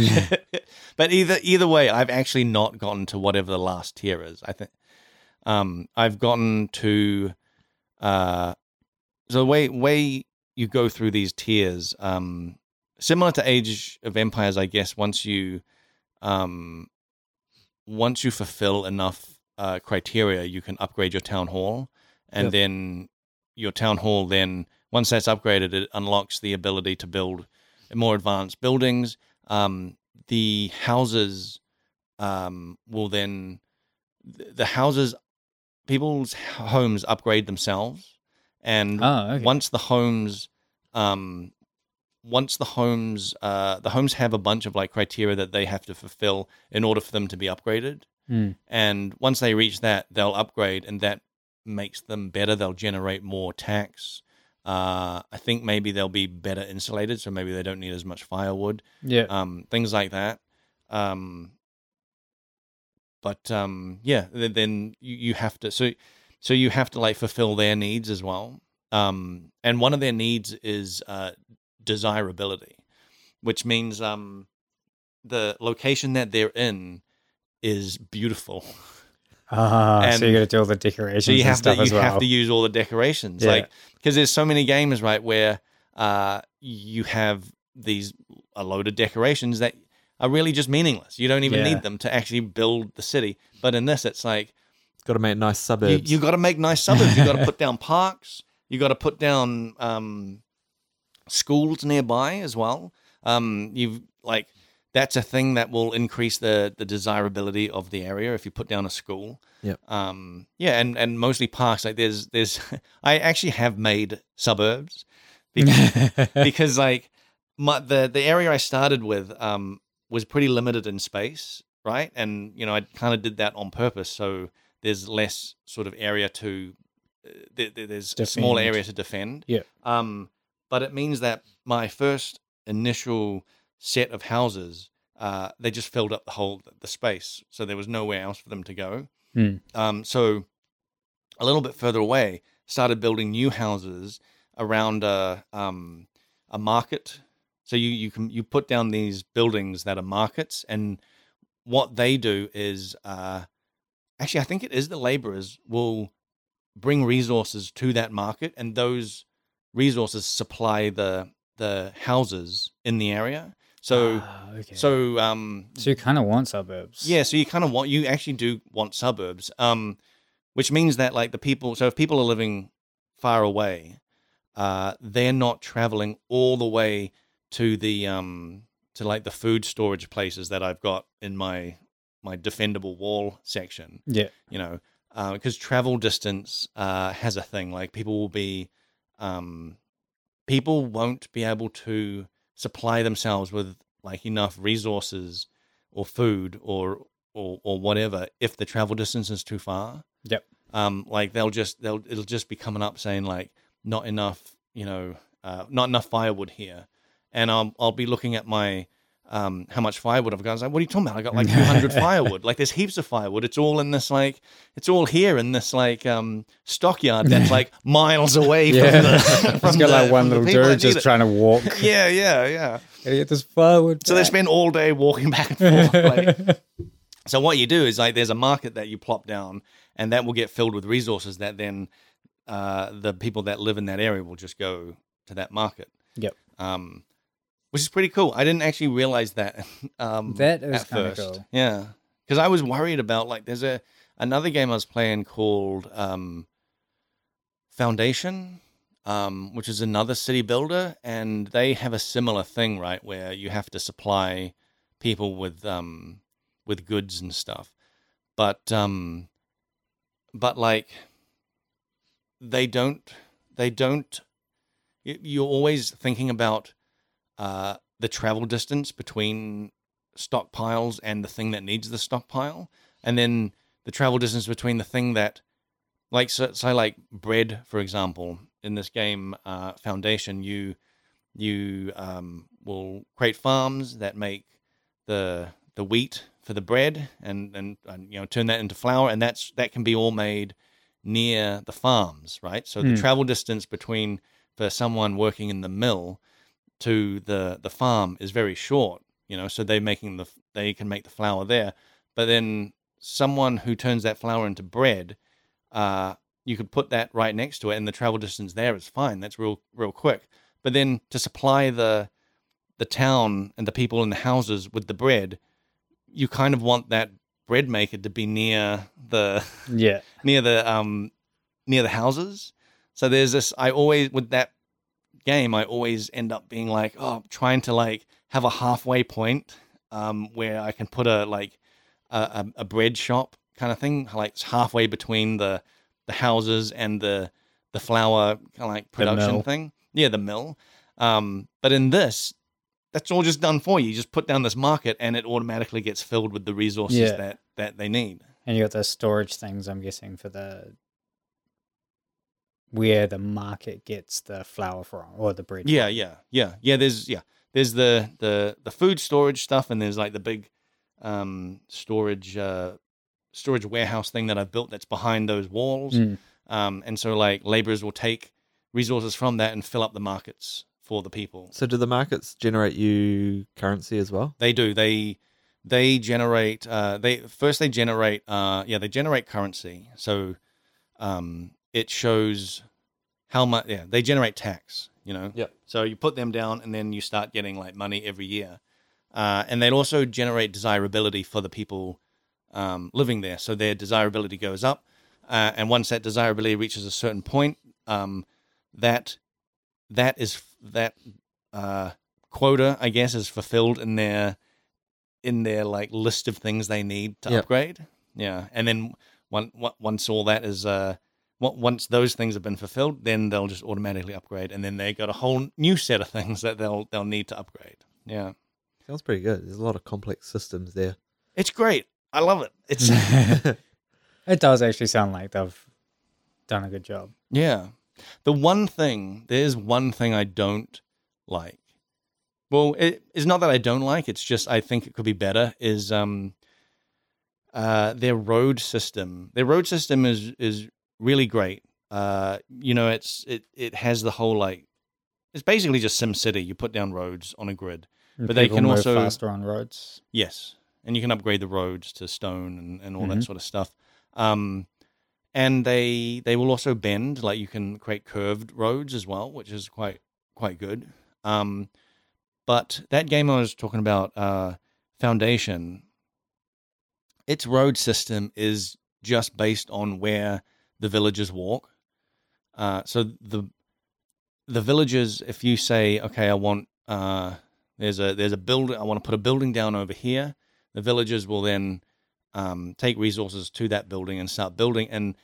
S1: but either either way, I've actually not gotten to whatever the last tier is. I think. Um, I've gotten to. Uh, so the way way you go through these tiers, um, similar to Age of Empires, I guess. Once you, um, once you fulfill enough uh, criteria, you can upgrade your town hall, and
S3: Yep.
S1: then your town hall then once that's upgraded, it unlocks the ability to build more advanced buildings. Um, the houses um, will then th- the houses people's homes upgrade themselves, and
S2: Oh, okay.
S1: once the homes um once the homes uh the homes have a bunch of like criteria that they have to fulfill in order for them to be upgraded
S2: Mm.
S1: and once they reach that they'll upgrade and that makes them better they'll generate more tax uh i think maybe they'll be better insulated so maybe they don't need as much firewood
S2: Yeah.
S1: um, things like that. Um, but um, yeah, th- then you, you have to so so you have to like fulfill their needs as well. Um, and one of their needs is uh, desirability, which means um, the location that they're in is beautiful.
S2: Ah, so you
S1: and-
S2: got to do all the decorations
S1: So you
S2: and
S1: have to
S2: stuff
S1: you
S2: as well.
S1: have to use all the decorations,
S2: Yeah.
S1: like because there's so many games right where uh, you have these a load of decorations that are really just meaningless. You don't even
S2: Yeah.
S1: need them to actually build the city. But in this, it's like
S3: Got to make nice
S1: you,
S3: suburbs.
S1: you got to make nice suburbs. You got to put down parks. You got to put down um, schools nearby as well. Um, you've like that's a thing that will increase the the desirability of the area if you put down a school.
S3: Yep.
S1: Um, yeah, and and mostly parks. Like there's there's I actually have made suburbs because, because like my, the the area I started with um, was pretty limited in space, right? And you know I kind of did that on purpose. So there's less sort of area to uh, there, there- there's a small
S2: Defend.
S1: area to defend.
S2: Yeah.
S1: Um, but it means that my first initial set of houses, uh, they just filled up the whole the space, so there was nowhere else for them to go.
S2: Hmm.
S1: Um, so a little bit further away, started building new houses around a um a market. So you you can you put down these buildings that are markets, and what they do is uh, actually I think it is the laborers will bring resources to that market, and those resources supply the the houses in the area. So
S2: Ah, okay.
S1: so um
S2: So you kind of want suburbs.
S1: yeah, so you kind of want you actually do want suburbs, um, which means that like the people. So if people are living far away, uh, they're not traveling all the way to the um to like the food storage places that I've got in my my defendable wall section
S2: Yeah.
S1: you know, because travel distance uh, has a thing. Like people will be, um, people won't be able to supply themselves with like enough resources or food or or or whatever if the travel distance is too far.
S2: Yep.
S1: Um, like they'll just they'll it'll just be coming up saying like not enough, you know, uh, not enough firewood here, and I'll I'll be looking at my um how much firewood I've got. I was like, what are you talking about? I got like 200 firewood. Like there's heaps of firewood. It's all in this like it's all here in this like um stockyard that's like miles away from
S2: Yeah.
S1: the.
S2: It's
S1: from
S2: got like
S1: the-
S2: one
S1: from the
S2: little
S1: people that
S2: dude
S1: need
S2: just
S1: it.
S2: trying to walk.
S1: Yeah, yeah, yeah.
S2: Gotta get this firewood.
S1: So they
S2: back.
S1: spend all day walking back and forth. Like, so what you do is like there's a market that you plop down, and that will get filled with resources that then uh, the people that live in that area will just go to that market.
S2: Yep.
S1: Um, which is pretty cool. I didn't actually realize that. Um,
S2: That is
S1: at
S2: kinda
S1: first.
S2: cool.
S1: Yeah, because I was worried about like there's a another game I was playing called um, Foundation, um, which is another city builder, and they have a similar thing, right, where you have to supply people with um, with goods and stuff, but um, but like they don't they don't y- you're always thinking about uh, the travel distance between stockpiles and the thing that needs the stockpile and then the travel distance between the thing that like so, so like bread for example in this game uh, foundation you you um, will create farms that make the the wheat for the bread and, and and you know turn that into flour and that's that can be all made near the farms right so the
S2: Hmm.
S1: travel distance between for someone working in the mill to the the farm is very short you know so they making the they can make the flour there but then someone who turns that flour into bread uh you could put that right next to it and the travel distance there is fine that's real real quick but then to supply the the town and the people in the houses with the bread you kind of want that bread maker to be near the
S2: Yeah.
S1: near the um near the houses. So there's this I always with that game I always end up being like, oh, trying to like have a halfway point um where I can put a like a, a, a bread shop kind of thing, like it's halfway between the the houses and the the flour kind of like production
S2: mill.
S1: thing. Yeah, the mill. Um but in this that's all just done for you. You just put down this market and it automatically gets filled with the resources
S2: Yeah.
S1: that that they need.
S2: And you got those storage things, I'm guessing, for the where the market gets the flour from or the bread.
S1: Yeah,
S2: from.
S1: yeah, yeah, yeah. There's yeah, there's the the the food storage stuff, and there's like the big um, storage uh, storage warehouse thing that I've built that's behind those walls.
S2: Mm.
S1: Um, and so like laborers will take resources from that and fill up the markets for the people.
S3: So do the markets generate you currency as well?
S1: They do. They they generate. Uh, they first they generate. Uh, yeah, they generate currency. So um, it shows how much. Yeah, they generate tax. You know.
S3: Yep.
S1: So you put them down, and then you start getting like money every year. Uh, and they'd also generate desirability for the people um, living there. So their desirability goes up. Uh, and once that desirability reaches a certain point, um, that that is that uh, quota, I guess, is fulfilled in their in their like list of things they need to
S3: Yeah.
S1: upgrade. Yeah, and then one, one, once all that is uh, on- once those things have been fulfilled, then they'll just automatically upgrade, and then they got a whole new set of things that they'll they'll need to upgrade. Yeah,
S3: Sounds pretty good. There's a lot of complex systems there.
S1: it's great. I love it. It's
S2: Mm. It does actually sound like they've done a good job.
S1: Yeah. The one thing, there's one thing I don't like. Well, it, it's not that I don't like, it's just I think it could be better is um uh their road system. Their road system is is really great. Uh you know, it's it it has the whole like it's basically just Sim City. You put down roads on a grid.
S2: And
S1: But they
S2: people
S1: can
S2: move
S1: also-
S2: faster on roads.
S1: Yes. And you can upgrade the roads to stone and, and all that
S2: Mhm.
S1: sort of stuff. Um, and they they will also bend, like you can create curved roads as well, which is quite quite good. Um, but that game I was talking about, uh, Foundation, its road system is just based on where the villagers walk. Uh, so the the villagers, if you say, okay, I want uh, there's a there's a build I want to put a building down over here, the villagers will then um, take resources to that building and start building. And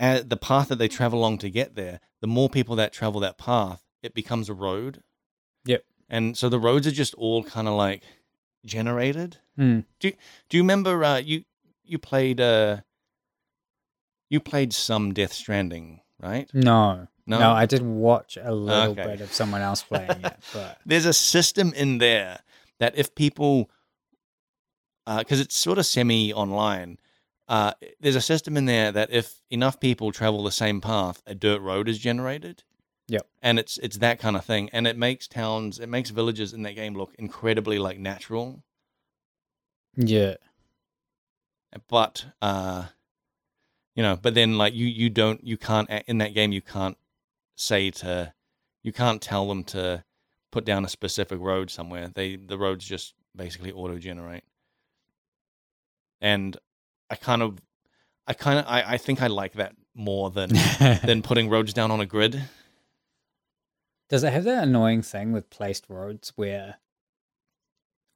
S1: uh the path that they travel along to get there, the more people that travel that path, it becomes a road.
S2: Yep.
S1: And so the roads are just all kind of like generated.
S2: Hmm.
S1: Do you remember uh, you you played uh, you played some Death Stranding, right?
S2: No, no, I did watch a little
S1: Okay.
S2: bit of someone else playing it, but
S1: there's a system in there that if people because it's sort of semi online uh, there's a system in there that if enough people travel the same path a dirt road is generated
S2: Yep.
S1: and it's it's that kind of thing and it makes towns it makes villages in that game look incredibly like natural
S2: yeah,
S1: but uh you know but then like you you don't you can't a- in that game you can't say to you can't tell them to put down a specific road somewhere they the roads just basically auto generate and i kind of i kind of I, I think i like that more than than putting roads down on a grid
S2: Does it have that annoying thing with placed roads where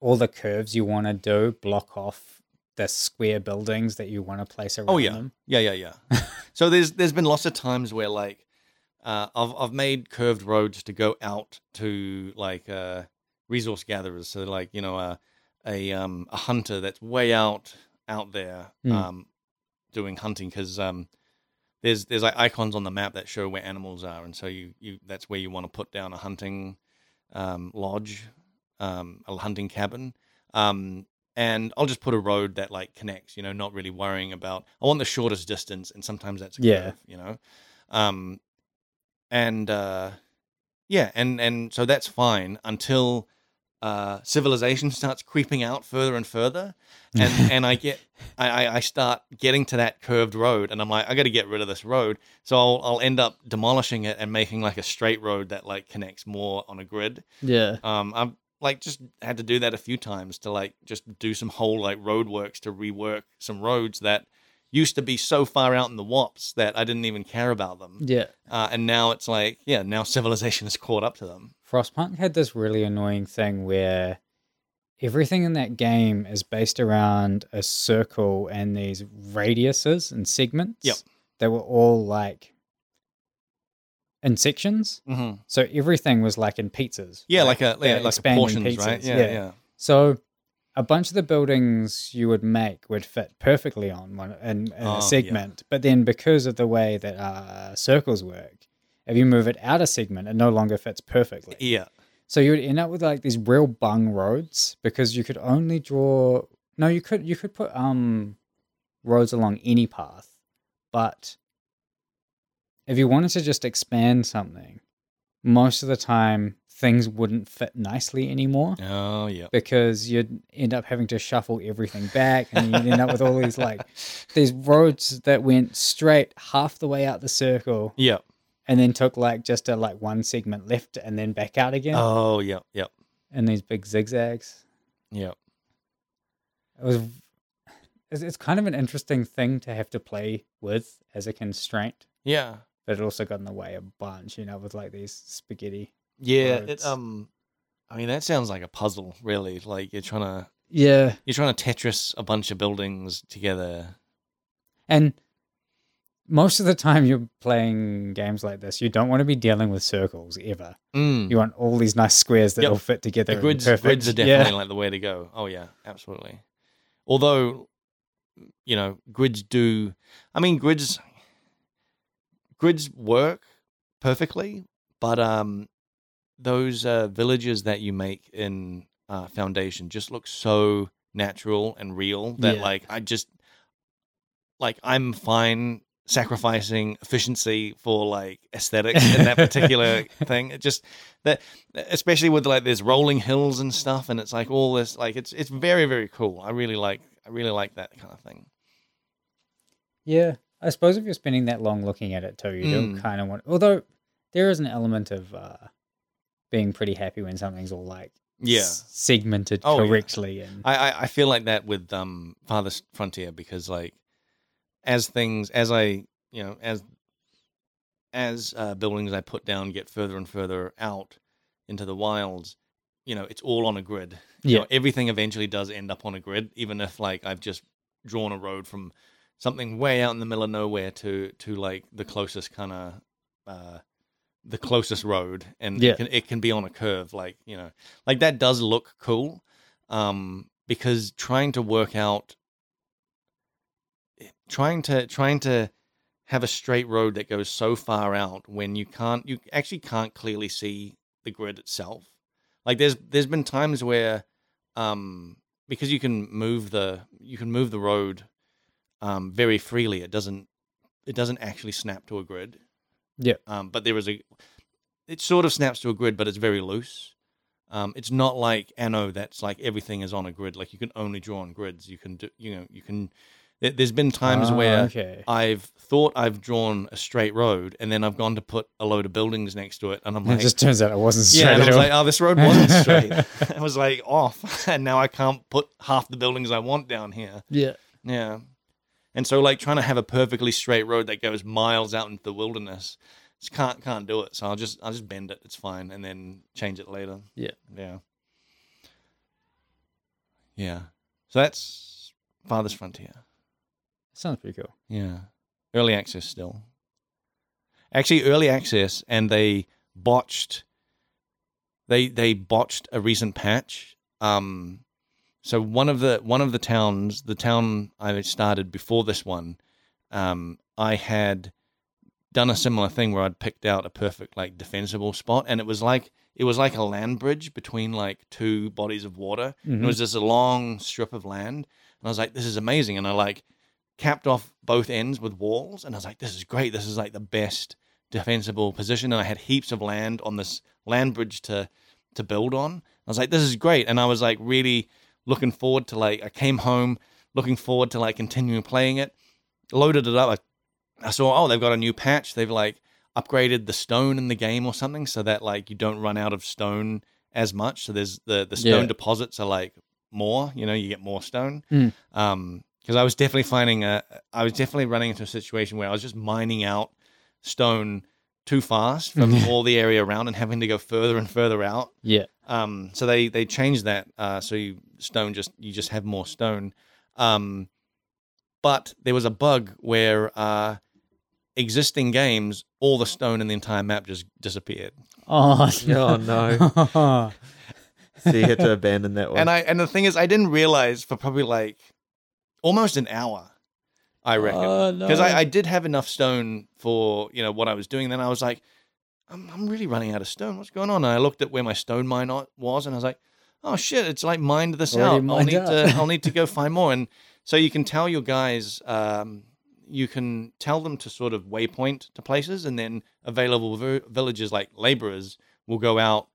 S2: all the curves you want to do block off the square buildings that you want to place around
S1: Oh, yeah.
S2: them?
S1: Yeah, yeah, yeah. so there's there's been lots of times where like uh, I've I've made curved roads to go out to like uh, resource gatherers. So like you know uh, a um, a hunter that's way out out there
S2: Hmm.
S1: um, doing hunting because um, there's there's like icons on the map that show where animals are, and so you you that's where you want to put down a hunting um, lodge, um, a hunting cabin. Um, and I'll just put a road that like connects, you know, not really worrying about. I want the shortest distance, and sometimes that's a
S2: Yeah.
S1: curve, you know, um, and uh, yeah, and and so that's fine until uh, civilization starts creeping out further and further, and and I get I, I I start getting to that curved road, and I'm like, I got to get rid of this road, so I'll I'll end up demolishing it and making like a straight road that like connects more on a grid,
S2: Yeah.
S1: um, I've like just had to do that a few times to like just do some whole like roadworks to rework some roads that used to be so far out in the wops that I didn't even care about them.
S2: Yeah.
S1: Uh, and now it's like, yeah, now civilization has caught up to them.
S2: Frostpunk had this really annoying thing where everything in that game is based around a circle and these radiuses and segments.
S1: Yep.
S2: They were all like in sections.
S1: Mm-hmm.
S2: So everything was like in pizzas.
S1: Yeah,
S2: right?
S1: like a yeah,
S2: they're
S1: like
S2: expanding
S1: proportions, right?
S2: pizzas,
S1: Yeah,
S2: yeah.
S1: yeah,
S2: So a bunch of the buildings you would make would fit perfectly on one in, in
S1: Oh, yeah.
S2: a segment, but then because of the way that uh, circles work, if you move it out a segment, it no longer fits perfectly.
S1: yeah,
S2: So you would end up with like these real bung roads because you could only draw. No, you could you could put um roads along any path, but if you wanted to just expand something, most of the time things wouldn't fit nicely anymore
S1: Oh yeah.
S2: because you'd end up having to shuffle everything back and you'd end up with all these like these roads that went straight half the way out the circle
S1: Yeah.
S2: and then took like just a like one segment left and then back out again
S1: Oh yeah. Yeah.
S2: and these big zigzags
S1: Yeah.
S2: it was it's, it's kind of an interesting thing to have to play with as a constraint
S1: Yeah.
S2: but it also got in the way a bunch you know with like these spaghetti
S1: Yeah. It
S2: Roads.
S1: um I mean that sounds like a puzzle, really. Like you're trying to
S2: yeah
S1: you're trying to Tetris a bunch of buildings together.
S2: And most of the time you're playing games like this, you don't want to be dealing with circles ever.
S1: Mm.
S2: You want all these nice squares that
S1: Yep.
S2: all fit together.
S1: The
S2: and
S1: grids,
S2: perfect.
S1: grids are definitely
S2: Yeah.
S1: like the way to go. Oh yeah, absolutely. Although, you know, grids do. I mean, grids, grids work perfectly, but um, those uh, villages that you make in uh, Foundation just look so natural and real that
S2: Yeah.
S1: like I just like I'm fine sacrificing efficiency for like aesthetics in that particular thing. It just that especially with like there's rolling hills and stuff and it's like all this like it's it's very very cool i really like i really like that kind of thing
S2: Yeah. I suppose if you're spending that long looking at it too, you do
S1: Mm.
S2: kind of want although there is an element of uh being pretty happy when something's all like
S1: yeah
S2: s- segmented
S1: Oh, yeah.
S2: correctly and
S1: I, I i feel like that with um farthest frontier because like as things as i you know as as uh, buildings i put down get further and further out into the wilds you know it's all on a grid you know,
S2: yeah.
S1: everything eventually does end up on a grid, even if like I've just drawn a road from something way out in the middle of nowhere to to like the closest kind of uh, the closest road, and
S2: Yeah.
S1: it, can, it can be on a curve, like you know, like that does look cool. um, because trying to work out, trying to trying to have a straight road that goes so far out when you can't you actually can't clearly see the grid itself. Like there's there's been times where, um, because you can move the you can move the road, um, very freely. It doesn't it doesn't actually snap to a grid.
S2: Yeah.
S1: Um, but there is a it sort of snaps to a grid, but it's very loose. Um, it's not like Anno that's like everything is on a grid. Like you can only draw on grids. You can do, you know, you can. There, there's been times
S2: Ah,
S1: where
S2: okay.
S1: I've thought I've drawn a straight road, and then I've gone to put a load of buildings next to it, and I'm
S2: And
S1: like,
S2: it just turns out it wasn't straight
S1: yeah, and I
S2: at
S1: was
S2: all.
S1: like, oh, this road wasn't straight. I was like off, and now I can't put half the buildings I want down here.
S2: yeah.
S1: Yeah. And so like trying to have a perfectly straight road that goes miles out into the wilderness, just can't can't do it. So I'll just I'll just bend it. It's fine, and then change it later.
S3: Yeah.
S1: Yeah. Yeah. So that's farthest frontier.
S2: Sounds pretty cool.
S1: Yeah. Early access still. Actually, early access, and they botched. They they botched a recent patch. Um, so one of the one of the towns, the town I had started before this one, um, I had done a similar thing where I'd picked out a perfect like defensible spot, and it was like it was like a land bridge between like two bodies of water, and
S2: Mhm.
S1: it was just a long strip of land. And I was like, this is amazing. And I like capped off both ends with walls. And I was like, this is great. This is like the best defensible position. And I had heaps of land on this land bridge to to build on. I was like, this is great. And I was like really looking forward to like I came home looking forward to like continuing playing it. Loaded it up. I, I saw, oh, they've got a new patch. They've like upgraded the stone in the game or something so that like you don't run out of stone as much. So there's the the stone
S2: Yeah.
S1: deposits are like more, you know, you get more stone.
S2: Mm.
S1: Um, because I was definitely finding a, I was definitely running into a situation where I was just mining out stone too fast from
S2: Yeah.
S1: all the area around and having to go further and further out.
S2: Yeah.
S1: Um, so they they changed that. Uh, so you stone just you just have more stone. Um, but there was a bug where uh, existing games, all the stone in the entire map just disappeared.
S2: Oh,
S3: Oh, no. so you had to abandon that one.
S1: And I and the thing is, I didn't realize for probably like almost an hour. I reckon.
S3: Oh, no.
S1: because I, I did have enough stone for you know what I was doing. Then I was like, I'm, I'm really running out of stone. What's going on? And I looked at where my stone mine o- was, and I was like, oh shit, it's like mined this
S2: Already
S1: out. I'll
S2: mined
S1: need
S2: out.
S1: to I'll need to go find more. And so you can tell your guys, um, you can tell them to sort of waypoint to places, and then available vi- villagers like laborers will go out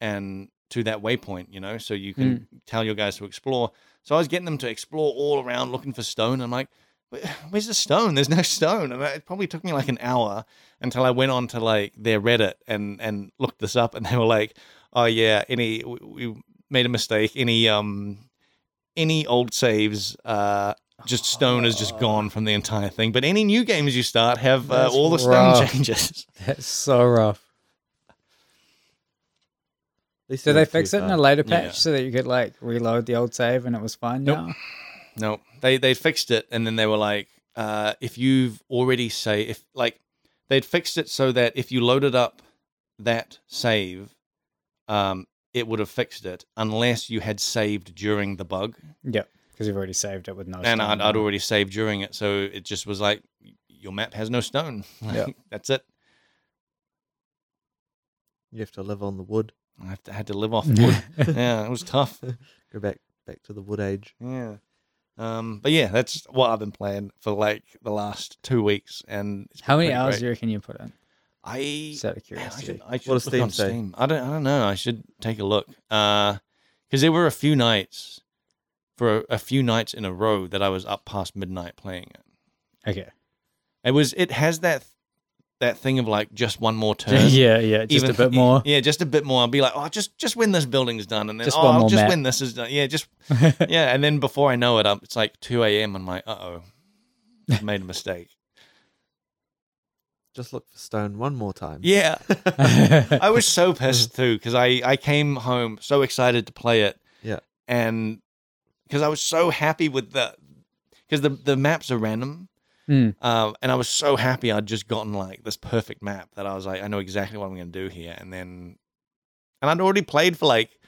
S1: and to that waypoint, you know, so you can
S2: Hmm.
S1: tell your guys to explore. So I was getting them to explore all around looking for stone. I'm like, "Where- where's the stone? There's no stone. And it probably took me like an hour until I went on to like their Reddit and and looked this up, and they were like, oh yeah, any we we made a mistake. Any um any old saves uh. Just stone is just gone from the entire thing, but any new games you start have uh,
S2: That's
S1: all the stone
S2: rough.
S1: changes.
S2: That's so rough.
S3: At least
S2: Did
S3: you
S2: they
S3: went too
S2: fix it in a
S3: far.
S2: later
S1: Yeah.
S2: patch so that you could like reload the old save and it was fine
S1: Nope. No, they they fixed it, and then they were like, uh, if you've already say if like they'd fixed it so that if you loaded up that save, um, it would have fixed it unless you had saved during the bug,
S2: now? Yep. Because you've already saved it with no
S1: and I'd,
S2: stone.
S1: I'd already saved during it, so it just was like your map has no stone. Like,
S2: Yeah.
S1: that's it.
S3: You have to live on the wood.
S1: I have to, had to live off wood. yeah, it was tough.
S3: Go back back to the wood age.
S1: Yeah. Um, but yeah, that's what I've been playing for like the last two weeks, and it's been
S2: How many
S1: pretty
S2: hours
S1: great.
S2: do you reckon you put in?
S1: I
S2: Just
S1: Man,
S2: out of
S1: I
S2: curiosity.
S1: should, I should
S3: does
S1: look
S3: Steam
S1: on
S3: say?
S1: Steam. I don't. I don't know. I should take a look. Uh, because there were a few nights, for a, a few nights in a row, that I was up past midnight playing it.
S2: Okay.
S1: It was. It has that, that thing of like just one more turn.
S2: yeah, yeah. Just a bit more.
S1: Yeah, just a bit more. I'll be like, oh, just just when this building's done, and then
S2: Just
S1: oh,
S2: one
S1: I'll
S2: more
S1: just
S2: map.
S1: when this is done. Yeah, just yeah, and then before I know it, I'm, it's like two a.m. I'm like, uh oh, I've made a mistake.
S3: Just look for stone one more time.
S1: Yeah, I was so pissed too because I I came home so excited to play it.
S3: Yeah.
S1: And because I was so happy with the because the the maps are random.
S2: Mm.
S1: Um, and I was so happy I'd just gotten like this perfect map that I was like, I know exactly what I'm going to do here. And then, and I'd already played for like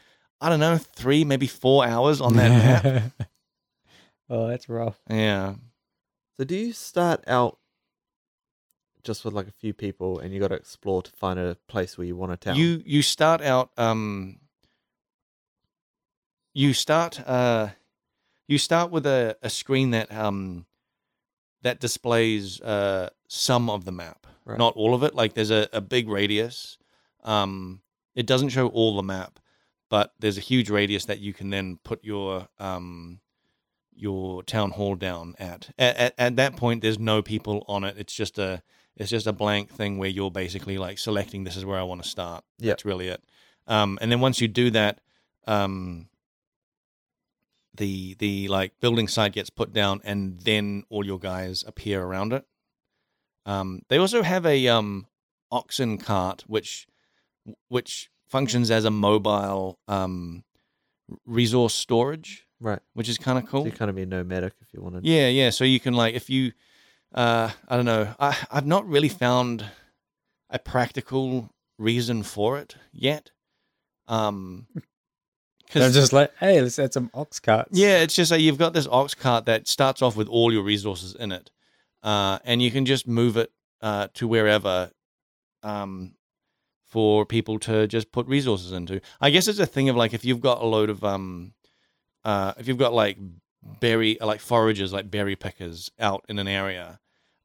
S1: I don't know, three, maybe four hours on that map.
S2: oh, that's rough.
S1: Yeah.
S3: So do you start out just with like a few people and you got to explore to find a place where you want to town?
S1: You you start out um you start uh you start with a, a screen that um that displays uh some of the map.
S3: Right.
S1: Not all of it. Like there's a, a big radius. Um it doesn't show all the map, but there's a huge radius that you can then put your um your town hall down at. At, at at that point there's no people on it. It's just a it's just a blank thing where you're basically like selecting this is where I want to start.
S3: Yep.
S1: That's really it. Um, and then once you do that, um, the the like building site gets put down, and then all your guys appear around it. Um, they also have a um, oxen cart, which which functions as a mobile um, resource storage,
S3: right.
S1: which is kind of cool.
S3: So you
S2: Oh.
S3: kind of be nomadic if you wanted.
S1: Yeah, yeah. So you can like if you, uh, I don't know. I I've not really found a practical reason for it yet. Um,
S2: They're
S1: because
S2: just like, hey, let's add some ox carts.
S1: yeah, it's just like you've got this ox cart that starts off with all your resources in it, uh, and you can just move it uh, to wherever um, for people to just put resources into. I guess it's a thing of like if you've got a load of um, uh, if you've got like berry like foragers like berry pickers out in an area,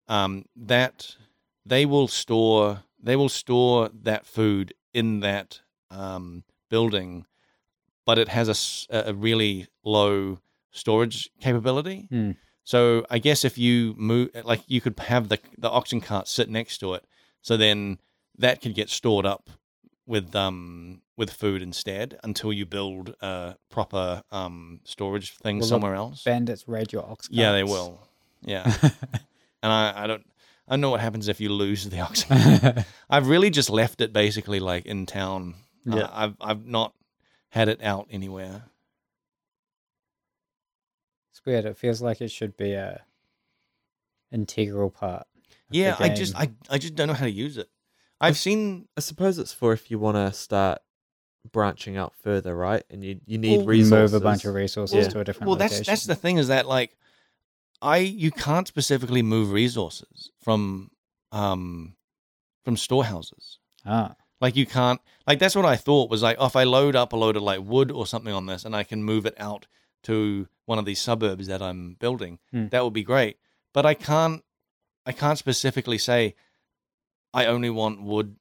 S1: um, that they will store they will store that food in that um, building but it has a s- a, a really low storage capability.
S2: Hmm.
S1: So I guess if you move, like you could have the the oxen cart sit next to it, so then that could get stored up with um with food instead until you build a proper um storage thing
S2: Well, the
S1: somewhere else.
S2: Bandits raid your ox carts.
S1: yeah, they will. Yeah, and I, I don't I don't know what happens if you lose the oxen cart. I've really just left it basically like in town. Uh,
S2: Yeah.
S1: I've I've not had it out anywhere.
S2: it's weird. It feels like it should be a integral part. of the
S1: Yeah, I just
S2: game.
S1: I, I just don't know how to use it. I've seen
S3: I suppose it's for if you want to start branching out further, right? And you, you need
S1: Well,
S3: resources.
S2: move a bunch of resources
S3: Yeah.
S2: to a different
S1: well that's that's the thing is that like I you can't specifically move resources from um from storehouses.
S2: ah,
S1: Like you can't like that's what I thought was like oh, if I load up a load of like wood or something on this and I can move it out to one of these suburbs that I'm building,
S2: Hmm.
S1: that would be great. But I can't I can't specifically say I only want wood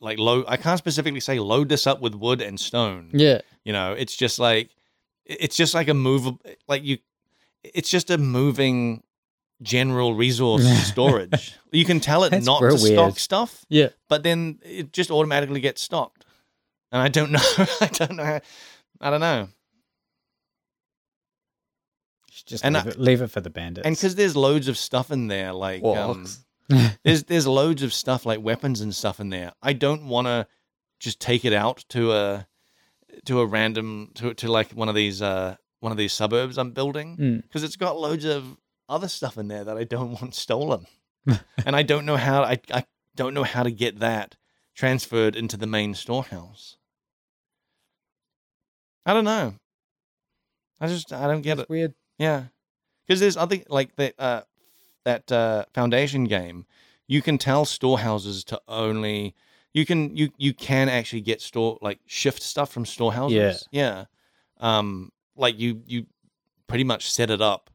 S1: like low I can't specifically say load this up with wood and stone.
S2: yeah.
S1: You know, it's just like it's just like a move like you it's just a moving general resource storage. You can tell it
S2: That's
S1: not to
S2: real weird.
S1: stock stuff
S2: Yeah.
S1: but then it just automatically gets stopped. And I don't know. I don't know. how- I don't know.
S2: Just
S1: And
S2: leave,
S1: I-
S2: it, leave it for the bandits.
S1: And because there's loads of stuff in there, like
S3: Well,
S1: um,
S3: ox-
S1: there's there's loads of stuff like weapons and stuff in there. I don't want to just take it out to a to a random to to like one of these uh one of these suburbs I'm building
S2: Mm.
S1: because it's got loads of other stuff in there that I don't want stolen, and I don't know how I I don't know how to get that transferred into the main storehouse. I don't know. I just I don't get it.
S2: It's weird.
S1: Yeah, because there's other like that uh, that uh, foundation game. You can tell storehouses to only you can you you can actually get store like shift stuff from storehouses. Yeah, yeah. Um, like you you pretty much set it up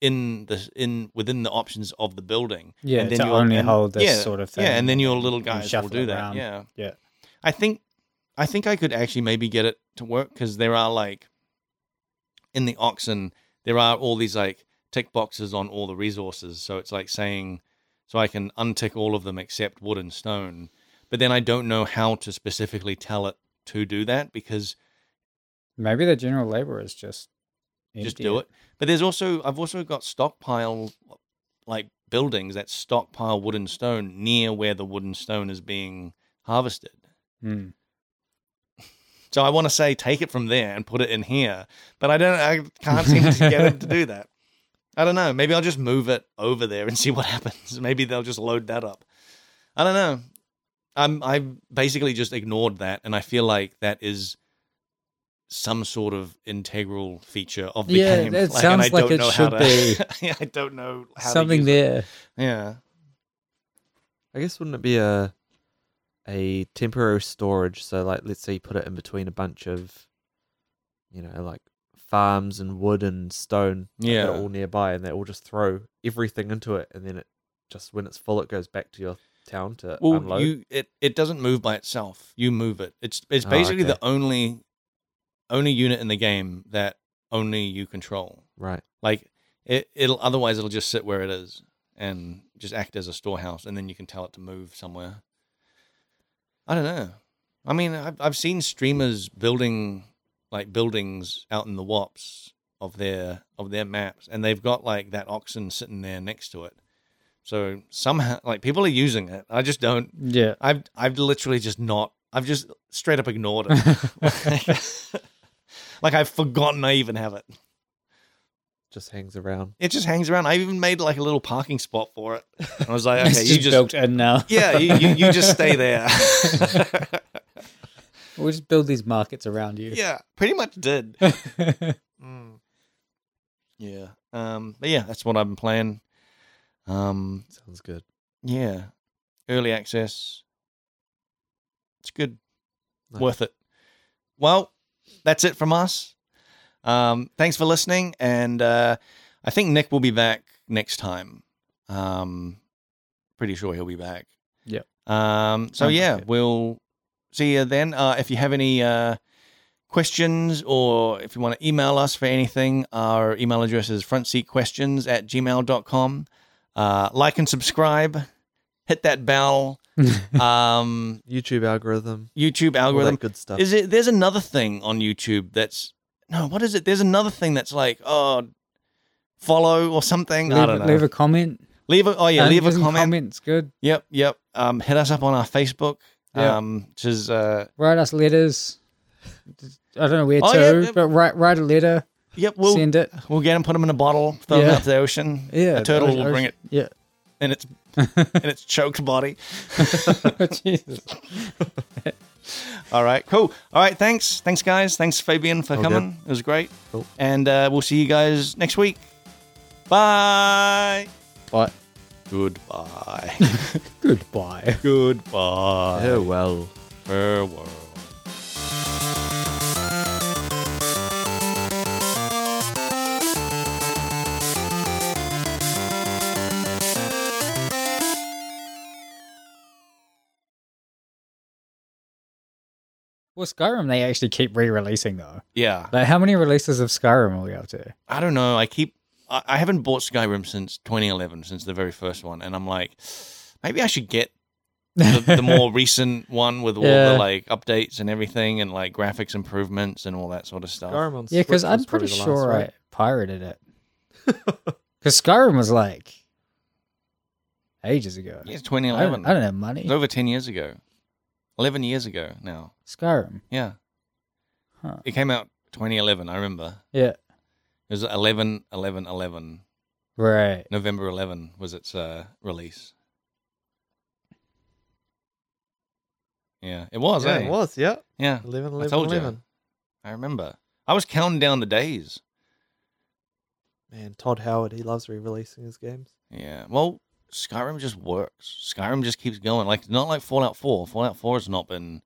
S1: in the in within the options of the building.
S2: Yeah,
S1: and
S2: to
S1: you'll-
S2: only
S1: and-
S2: hold this
S1: yeah,
S2: sort of thing.
S1: Yeah, and then your little
S2: and
S1: guys will
S2: shuffle
S1: do
S2: it
S1: that.
S2: around.
S1: Yeah,
S2: Yeah.
S1: I think I think I could actually maybe get it to work because there are like in the oxen there are all these like tick boxes on all the resources, so it's like saying so I can untick all of them except wood and stone. But then I don't know how to specifically tell it to do that because
S2: Maybe the general laborers just
S1: just
S2: empty
S1: do it. But there's also I've also got stockpile like buildings that stockpile wood and stone near where the wood and stone is being harvested.
S2: Hmm.
S1: So I want to say take it from there and put it in here, but I don't. I can't seem to get him to do that. I don't know. Maybe I'll just move it over there and see what happens. Maybe they'll just load that up. I don't know. I'm I basically just ignored that, and I feel like that is some sort of integral feature of the
S2: Yeah,
S1: game.
S2: it
S1: and
S2: sounds
S1: I
S2: like
S1: don't
S2: it
S1: know how
S2: should
S1: to- Yeah, I don't know how to
S2: Something
S1: use it.
S2: there.
S1: Yeah.
S3: I guess wouldn't it be a a temporary storage? So like let's say you put it in between a bunch of you know, like farms and wood and stone that
S1: Yeah.
S3: are all nearby and they all just throw everything into it and then it just when it's full it goes back to your town to
S1: Well,
S3: unload.
S1: you it, it doesn't move by itself. You move it. It's it's
S3: Oh,
S1: basically
S3: okay.
S1: the only only unit in the game that only you control.
S3: Right.
S1: Like it it'll otherwise it'll just sit where it is and just act as a storehouse, and then you can tell it to move somewhere. I don't know. I mean, I've I've seen streamers building like buildings out in the wops of their of their maps, and they've got like that oxen sitting there next to it. So somehow, like people are using it. I just don't.
S2: Yeah.
S1: I've I've literally just not. I've just straight up ignored it. like I've forgotten I even have it.
S3: Just hangs around.
S1: It just hangs around. I even made like a little parking spot for it. I was like,
S2: it's
S1: okay, you
S2: just,
S1: just
S2: built uh, in now.
S1: yeah, you, you you just stay there.
S2: We'll just build these markets around you.
S1: yeah, pretty much did. Mm.
S2: Yeah.
S1: Yeah. Um. But yeah, that's what I've been playing. Um.
S3: Sounds good.
S1: Yeah. Early access. It's good.
S3: Nice.
S1: Worth it. Well, that's it from us. Um, thanks for listening, and uh, I think Nick will be back next time. Um, pretty sure he'll be back.
S2: Yep.
S1: Um, so
S2: Sounds
S1: yeah,
S2: like it.
S1: we'll see you then. Uh, if you have any uh, questions or if you want to email us for anything, our email address is frontseatquestions at gmail.com. Uh, like and subscribe. Hit that bell. Um,
S3: YouTube algorithm.
S1: YouTube
S3: all that
S1: algorithm.
S3: good stuff.
S1: Is it? There's another thing on YouTube that's no. What is it? There's another thing that's like oh, follow or something.
S2: leave,
S1: I don't
S2: a-
S1: know.
S2: leave a comment.
S1: Leave a oh yeah,
S2: Um,
S1: leave a
S2: isn't
S1: comment.
S2: Comments good.
S1: Yep, yep. Um, hit us up on our Facebook.
S2: Yeah.
S1: Um, which is uh,
S2: Write us letters. I don't know where
S1: Oh,
S2: to,
S1: yeah, yeah.
S2: but write write a letter.
S1: yep. We'll
S2: send it.
S1: we'll get them, put them in a bottle, throw them
S2: Yeah.
S1: out to the ocean.
S2: Yeah,
S1: a turtle
S2: those-
S1: will bring
S2: those-
S1: it in its in its choked body.
S2: Yeah. Jesus.
S1: All right, cool. All right, thanks, thanks guys, thanks Fabian for
S3: All good.
S1: coming. It was great,
S3: Cool.
S1: and uh, we'll see you guys next week. Bye.
S2: But
S1: Goodbye.
S2: goodbye.
S1: Goodbye.
S3: Oh well.
S1: Farewell.
S2: Well, Skyrim they actually keep re-releasing though.
S1: Yeah.
S2: Like, how many releases of Skyrim will we up to?
S1: I don't know. I keep. I, I haven't bought Skyrim since 2011, since the very first one, and I'm like, maybe I should get the, the more recent one with all
S2: Yeah.
S1: the like updates and everything, and like graphics improvements and all that sort of stuff.
S3: Skyrim on
S2: yeah, because
S3: Switch
S2: I'm
S3: was
S2: pretty
S3: probably the
S2: sure
S3: last, right?
S2: I pirated it. Because Skyrim was like ages ago.
S1: Yeah, it's
S2: I, don't,
S1: 2011.
S2: I don't have money.
S1: It's over 10 years ago. 11 years ago now.
S2: Skyrim.
S1: Yeah.
S2: Huh.
S1: It came out 2011. I remember.
S2: Yeah.
S1: It was 11, 11, 11.
S2: Right.
S1: November 11 was its uh, release. Yeah, it was.
S3: Yeah,
S1: eh?
S3: it was, yeah.
S1: Yeah,
S3: 11,
S1: I
S3: 11,
S1: told you.
S3: 11.
S1: I remember. I was counting down the days.
S3: Man, Todd Howard, he loves re-releasing his games.
S1: Yeah. Well, Skyrim just works. Skyrim just keeps going. Like not like Fallout 4. Fallout 4 has not been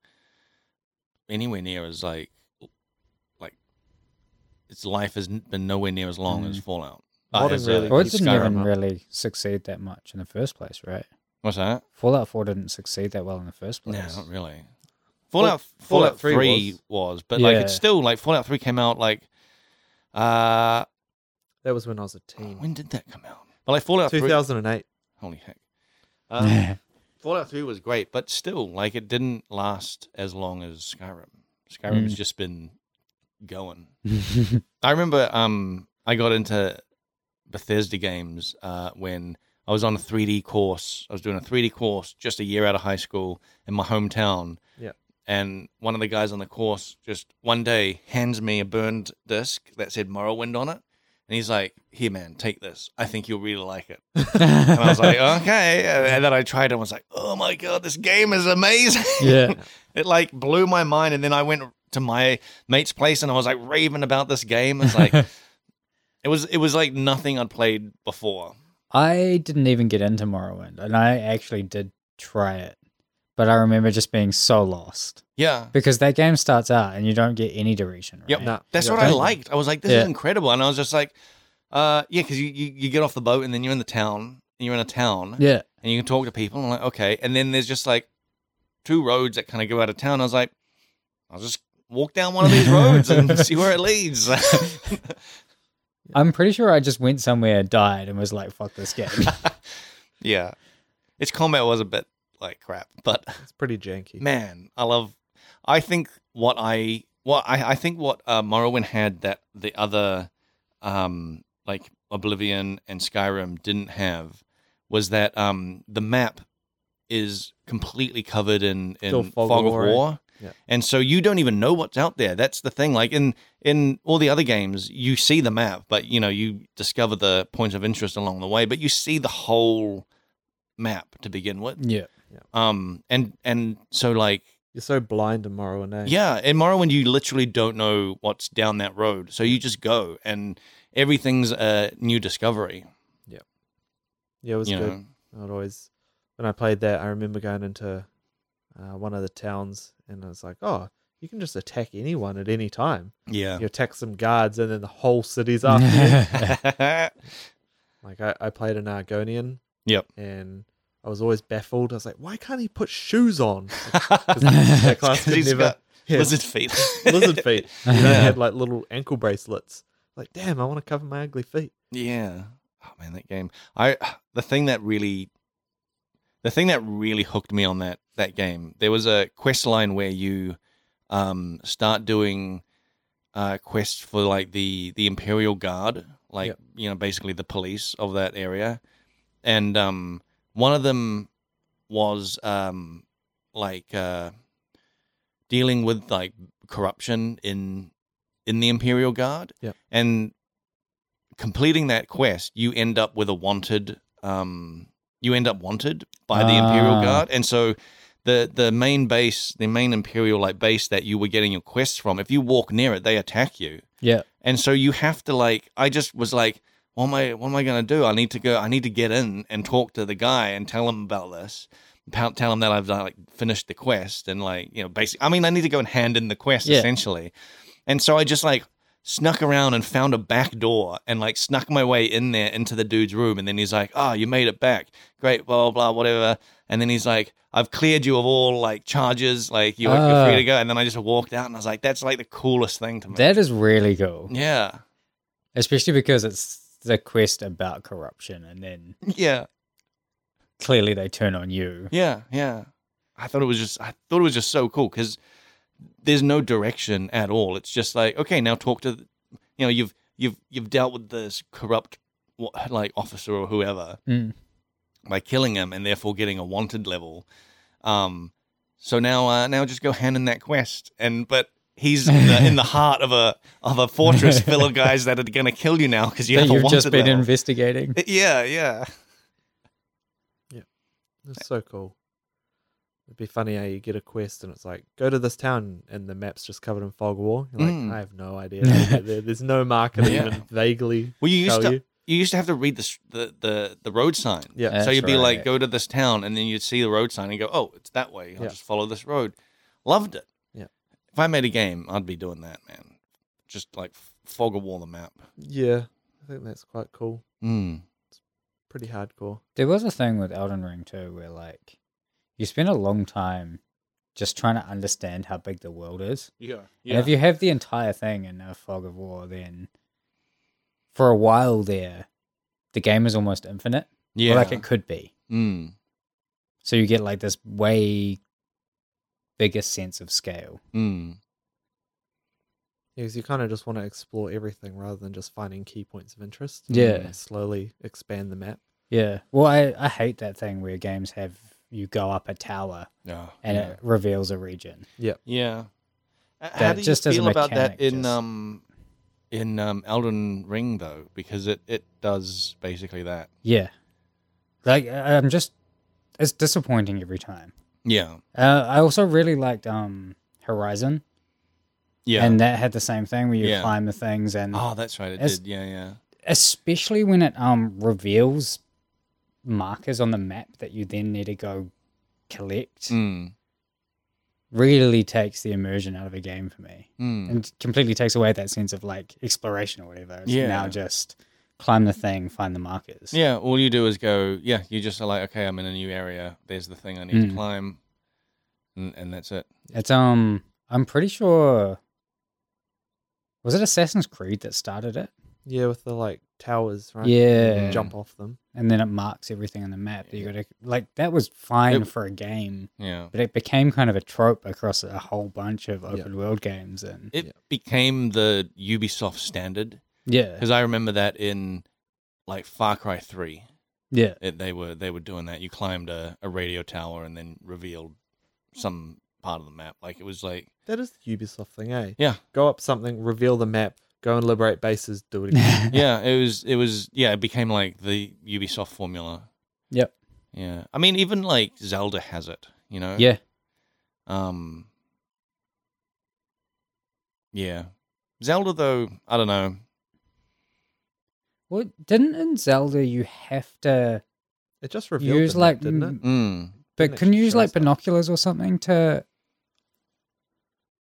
S1: anywhere near as like like its life has n- been nowhere near as long
S3: Mm.
S1: as Fallout. Uh,
S3: Modern
S1: as, uh,
S3: really
S2: Well, it
S3: keep
S2: didn't
S1: Skyrim
S2: even
S3: up.
S2: really succeed that much in the first place, right?
S1: What's that?
S2: Fallout 4 didn't succeed that well in the first
S1: No,
S2: place.
S1: not really.
S3: Fall-
S1: Fallout Fallout,
S3: Fallout
S1: 3,
S3: 3
S1: was. but like it's
S2: Yeah.
S1: still like Fallout 3 came out like uh
S3: That was when I was a teen.
S1: when did that come out? But like Fallout 3
S3: 2008.
S1: Holy heck. Um, Fallout 3 was great, but still, like, it didn't last as long as Skyrim. Skyrim's just been going. I remember um, I got into Bethesda games uh, when I was on a 3D course. I was doing a 3D course just a year out of high school in my hometown.
S3: Yeah.
S1: And one of the guys on the course just one day hands me a burned disc that said Morrowind on it. And he's like, Here, man, take this. I think you'll really like it. And I was like, okay. And then I tried it and was like, oh my God, this game is amazing.
S2: yeah.
S1: It like blew my mind. And then I went to my mate's place and I was like raving about this game. It's like it was it was like nothing I'd played before.
S2: I didn't even get into Morrowind, and I actually did try it, but I remember just being so lost
S1: Yeah.
S2: because that game starts out and you don't get any direction. Right?
S1: Yep.
S3: Nah,
S1: That's
S3: yeah.
S1: what I
S2: Right.
S1: liked. I was like, this
S2: Yeah.
S1: is incredible. And I was just like, uh, yeah, because you, you, you get off the boat and then you're in the town. And you're in a town
S2: Yeah.
S1: and you can talk to people. And I'm like, okay. And then there's just like two roads that kind of go out of town. I was like, I'll just walk down one of these roads and see where it leads.
S2: I'm pretty sure I just went somewhere, died, and was like, "Fuck this game."
S1: yeah. Its combat was a bit like crap, but
S3: It's pretty janky.
S1: man, I love. I think what I what I, I think what uh, Morrowind had that the other, um, like Oblivion and Skyrim didn't have, was that um the map is completely covered in in
S3: Still
S1: fog, of war,
S3: Yeah.
S1: and so you don't even know what's out there. That's the thing. Like in in all the other games, you see the map, but you know you discover the points of interest along the way, but you see the whole map to begin with
S2: yeah.
S1: um and and so like
S3: You're so blind in Morrowind. Eh?
S1: yeah in morrowind you literally don't know what's down that road so you just go and everything's a new discovery
S3: yeah, it was
S1: you
S3: good.
S1: know
S3: I'd always, when I played that, I remember going into uh, one of the towns and I was like, oh, you can just attack anyone at any time.
S1: yeah
S3: You attack some guards and then the whole city's after you. Like I, I played an Argonian.
S1: Yep.
S3: And I was always baffled. I was like, why can't he put shoes on? that class could
S1: he's
S3: never-
S1: got
S3: Yeah,
S1: lizard feet
S3: lizard feet. You know, they
S1: Yeah.
S3: had like little ankle bracelets. Like, damn, I want to cover my ugly feet.
S1: yeah oh man that game i the thing that really the thing that really hooked me on that that game there was a quest line where you um start doing uh quests for like the the imperial guard like
S3: Yep.
S1: you know basically the police of that area and um one of them was um like uh dealing with like corruption in in the imperial guard
S3: Yep.
S1: and completing that quest you end up with a wanted um you end up wanted by the imperial
S2: Ah.
S1: guard and so the the main base, the main imperial like base that you were getting your quests from, if you walk near it, they attack you.
S2: Yeah.
S1: And so you have to like I just was like, what am I what am I gonna do? I need to go I need to get in and talk to the guy and tell him about this. Tell tell him that I've like finished the quest and like, you know, basically I mean I need to go and hand in the quest
S2: Yeah.
S1: essentially. And so I just like snuck around and found a back door and like snuck my way in there into the dude's room and then he's like, Oh, you made it back. Great, blah blah blah, whatever. And then he's like, I've cleared you of all like charges, like you're, you're free
S2: Ah.
S1: to go. And then I just walked out and I was like, that's like the coolest thing to me.
S2: That is really cool,
S1: yeah.
S2: especially because it's the quest about corruption, and then
S1: Yeah.
S2: clearly they turn on you.
S1: Yeah, yeah. I thought it was just I thought it was just so cool because there's no direction at all. It's just like okay, now talk to, the- you know, you've you've you've dealt with this corrupt wh- like officer or whoever
S2: Mm.
S1: by killing him and therefore getting a wanted level. Um, so now uh, now just go hand in that quest and but. He's in the, in the heart of a of a fortress full of guys that are going to kill you now because you
S2: that
S1: have a
S2: you've
S1: wanted
S2: just been
S1: level.
S2: investigating.
S1: yeah, yeah.
S3: It's so cool. It'd be funny how you get a quest and it's like, go to this town and the map's just covered in fog of war. You're like,
S1: Mm.
S3: I have no idea. how to get there. There's no marker that
S1: Yeah.
S3: even vaguely
S1: Well, you
S2: Oh,
S1: used
S3: tell
S1: to
S3: you.
S1: you used to have to read the s- the the, the road sign.
S3: Yeah.
S1: so
S2: That's
S1: you'd be like,
S2: right.
S1: go to this town, and then you'd see the road sign and go, oh, it's that way. I'll
S3: Yeah.
S1: just follow this road. Loved it.
S3: Yeah.
S1: If I made a game, I'd be doing that, man. Just like f- fog a wall the map.
S3: Yeah. I think that's quite cool.
S1: Mm.
S3: Pretty hardcore.
S2: There was a thing with Elden Ring too, where like you spend a long time just trying to understand how big the world is.
S1: Yeah.
S2: And if you have the entire thing in a fog of war, then for a while there, the game is almost infinite.
S1: yeah.
S2: Or, like it could be.
S1: mm.
S2: So you get like this way bigger sense of scale.
S1: Mm.
S3: Yeah, because you kind of just want to explore everything rather than just finding key points of interest.
S2: Yeah.
S3: and slowly expand the map.
S2: Yeah. Well, I, I hate that thing where games have you go up a tower
S1: Yeah.
S2: and
S1: yeah.
S2: it reveals a region.
S1: Yeah. Uh, How
S2: That
S1: do
S2: just
S1: you
S2: as a
S1: feel about that
S2: mechanic,
S1: in
S2: just-
S1: um in um Elden Ring though? Because it it does basically that.
S2: Yeah. Like I- I'm just it's disappointing every time.
S1: Yeah.
S2: Uh, I also really liked um Horizon
S1: Yeah.
S2: And that had the same thing where you
S1: Yeah.
S2: climb the things and
S1: oh, that's right. It
S2: It's-
S1: did. Yeah, yeah.
S2: especially when it um reveals markers on the map that you then need to go collect
S1: Mm,
S2: really takes the immersion out of a game for me
S1: mm.
S2: and completely takes away that sense of like exploration or whatever. It's
S1: Yeah.
S2: now just climb the thing, find the markers.
S1: Yeah, all you do is go, yeah, you just are like, okay, I'm in a new area. There's the thing I need to
S2: Mm.
S1: climb. And, and that's it.
S2: It's um I'm pretty sure was it Assassin's Creed that started it?
S3: Yeah, with the like towers, right?
S2: Yeah.
S3: Jump off them.
S2: And then it marks everything on the map. that You
S1: Yeah.
S2: gotta like that was fine
S1: It-
S2: for a game,
S1: Yeah.
S2: but it became kind of a trope across a whole bunch of open world games and
S1: It
S3: Yeah.
S1: became the Ubisoft standard
S2: yeah.
S1: because I remember that in like Far Cry 3.
S2: Yeah.
S1: It, they were they were doing that. You climbed a, a radio tower and then revealed some part of the map. Like it was like
S3: That is the Ubisoft thing, eh?
S1: Yeah.
S3: Go up something, reveal the map, go and liberate bases, do it again.
S1: yeah, it was it was yeah, it became like the Ubisoft formula.
S2: Yep.
S1: Yeah. I mean even like Zelda has it, you know?
S2: Yeah.
S1: Um Yeah. Zelda though, I don't know.
S2: Well didn't in Zelda you have to
S3: it just revealed
S2: use
S3: the map,
S2: like
S3: didn't it?
S2: m-
S1: Mm.
S2: But
S3: Didn't
S2: can you
S3: actually
S2: use
S3: show
S2: like
S3: us that.
S2: binoculars or something to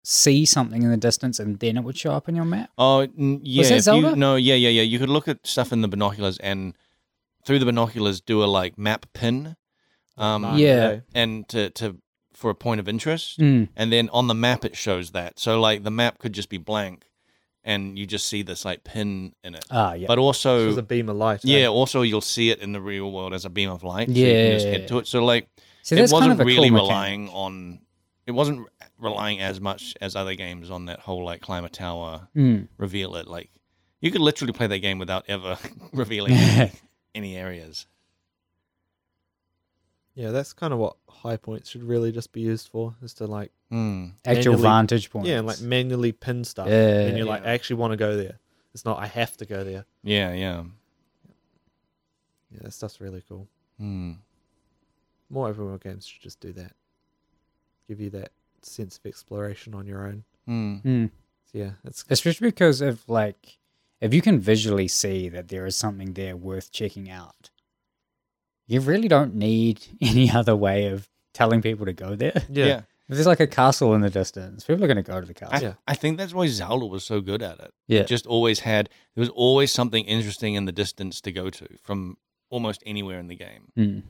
S2: see something in the distance and then it would show up on your map?
S1: Oh n- yeah.
S2: that
S1: if you-
S2: Zelda?
S1: no, yeah, yeah, yeah. You could look at stuff in the binoculars and through the binoculars do a like map pin. Um
S3: Mark,
S2: Yeah.
S3: eh?
S1: and to, to for a point of interest.
S2: Mm.
S1: and then on the map it shows that. So like the map could just be blank, and you just see this like pin in it.
S2: Ah, yeah.
S1: But
S3: It
S1: also,
S3: was a beam of light. eh?
S1: yeah, also you'll see it in the real world as a beam of light. so you can just
S2: Yeah.
S1: head to it. So like
S2: so
S1: it
S2: that's
S1: wasn't
S2: kind of a
S1: really
S2: cool mechanic.
S1: relying on. It wasn't relying as much as other games on that whole like climb a tower,
S2: Mm.
S1: reveal it. Like you could literally play that game without ever revealing any, any areas.
S3: Yeah, that's kind of what high points should really just be used for, is to like
S1: Hmm.
S2: Actual
S3: Manually-
S2: vantage point.
S3: yeah, and like manually pin stuff.
S2: Yeah.
S3: and you're like,
S1: Yeah.
S3: I actually want to go there. It's not I have to go there.
S1: Yeah, yeah.
S3: Yeah, that stuff's really cool.
S1: Hmm.
S3: More open world games should just do that. Give you that sense of exploration on your own.
S1: Hmm.
S2: Mm.
S3: So yeah, it's
S2: Especially because of like, if you can visually see that there is something there worth checking out, you really don't need any other way of telling people to go there.
S3: yeah.
S1: yeah.
S2: If there's like a castle in the distance, people are going to go to the
S1: I,
S2: castle.
S3: Yeah.
S1: I think that's why Zelda was so good at it.
S2: Yeah.
S1: It just always had there was always something interesting in the distance to go to from almost anywhere in the game.
S2: Mm.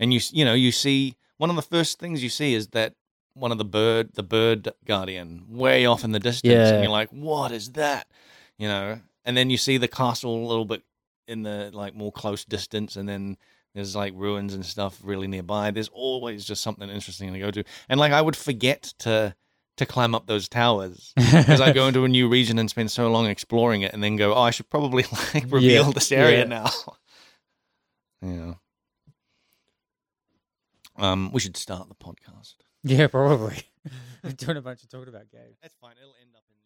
S1: And you s- you know you see one of the first things you see is that one of the bird the bird guardian way off in the distance,
S2: Yeah.
S1: and you're like, what is that? You know, and then you see the castle a little bit in the like more close distance, and then. There's like ruins and stuff really nearby. There's always just something interesting to go to, and like I would forget to to climb up those towers because I go into a new region and spend so long exploring it, and then go, oh, I should probably like reveal this area
S2: yeah.
S1: now. yeah. Um, we should start the podcast.
S2: yeah, probably. We're doing a bunch of talking about games.
S1: That's fine. It'll end up in. uh,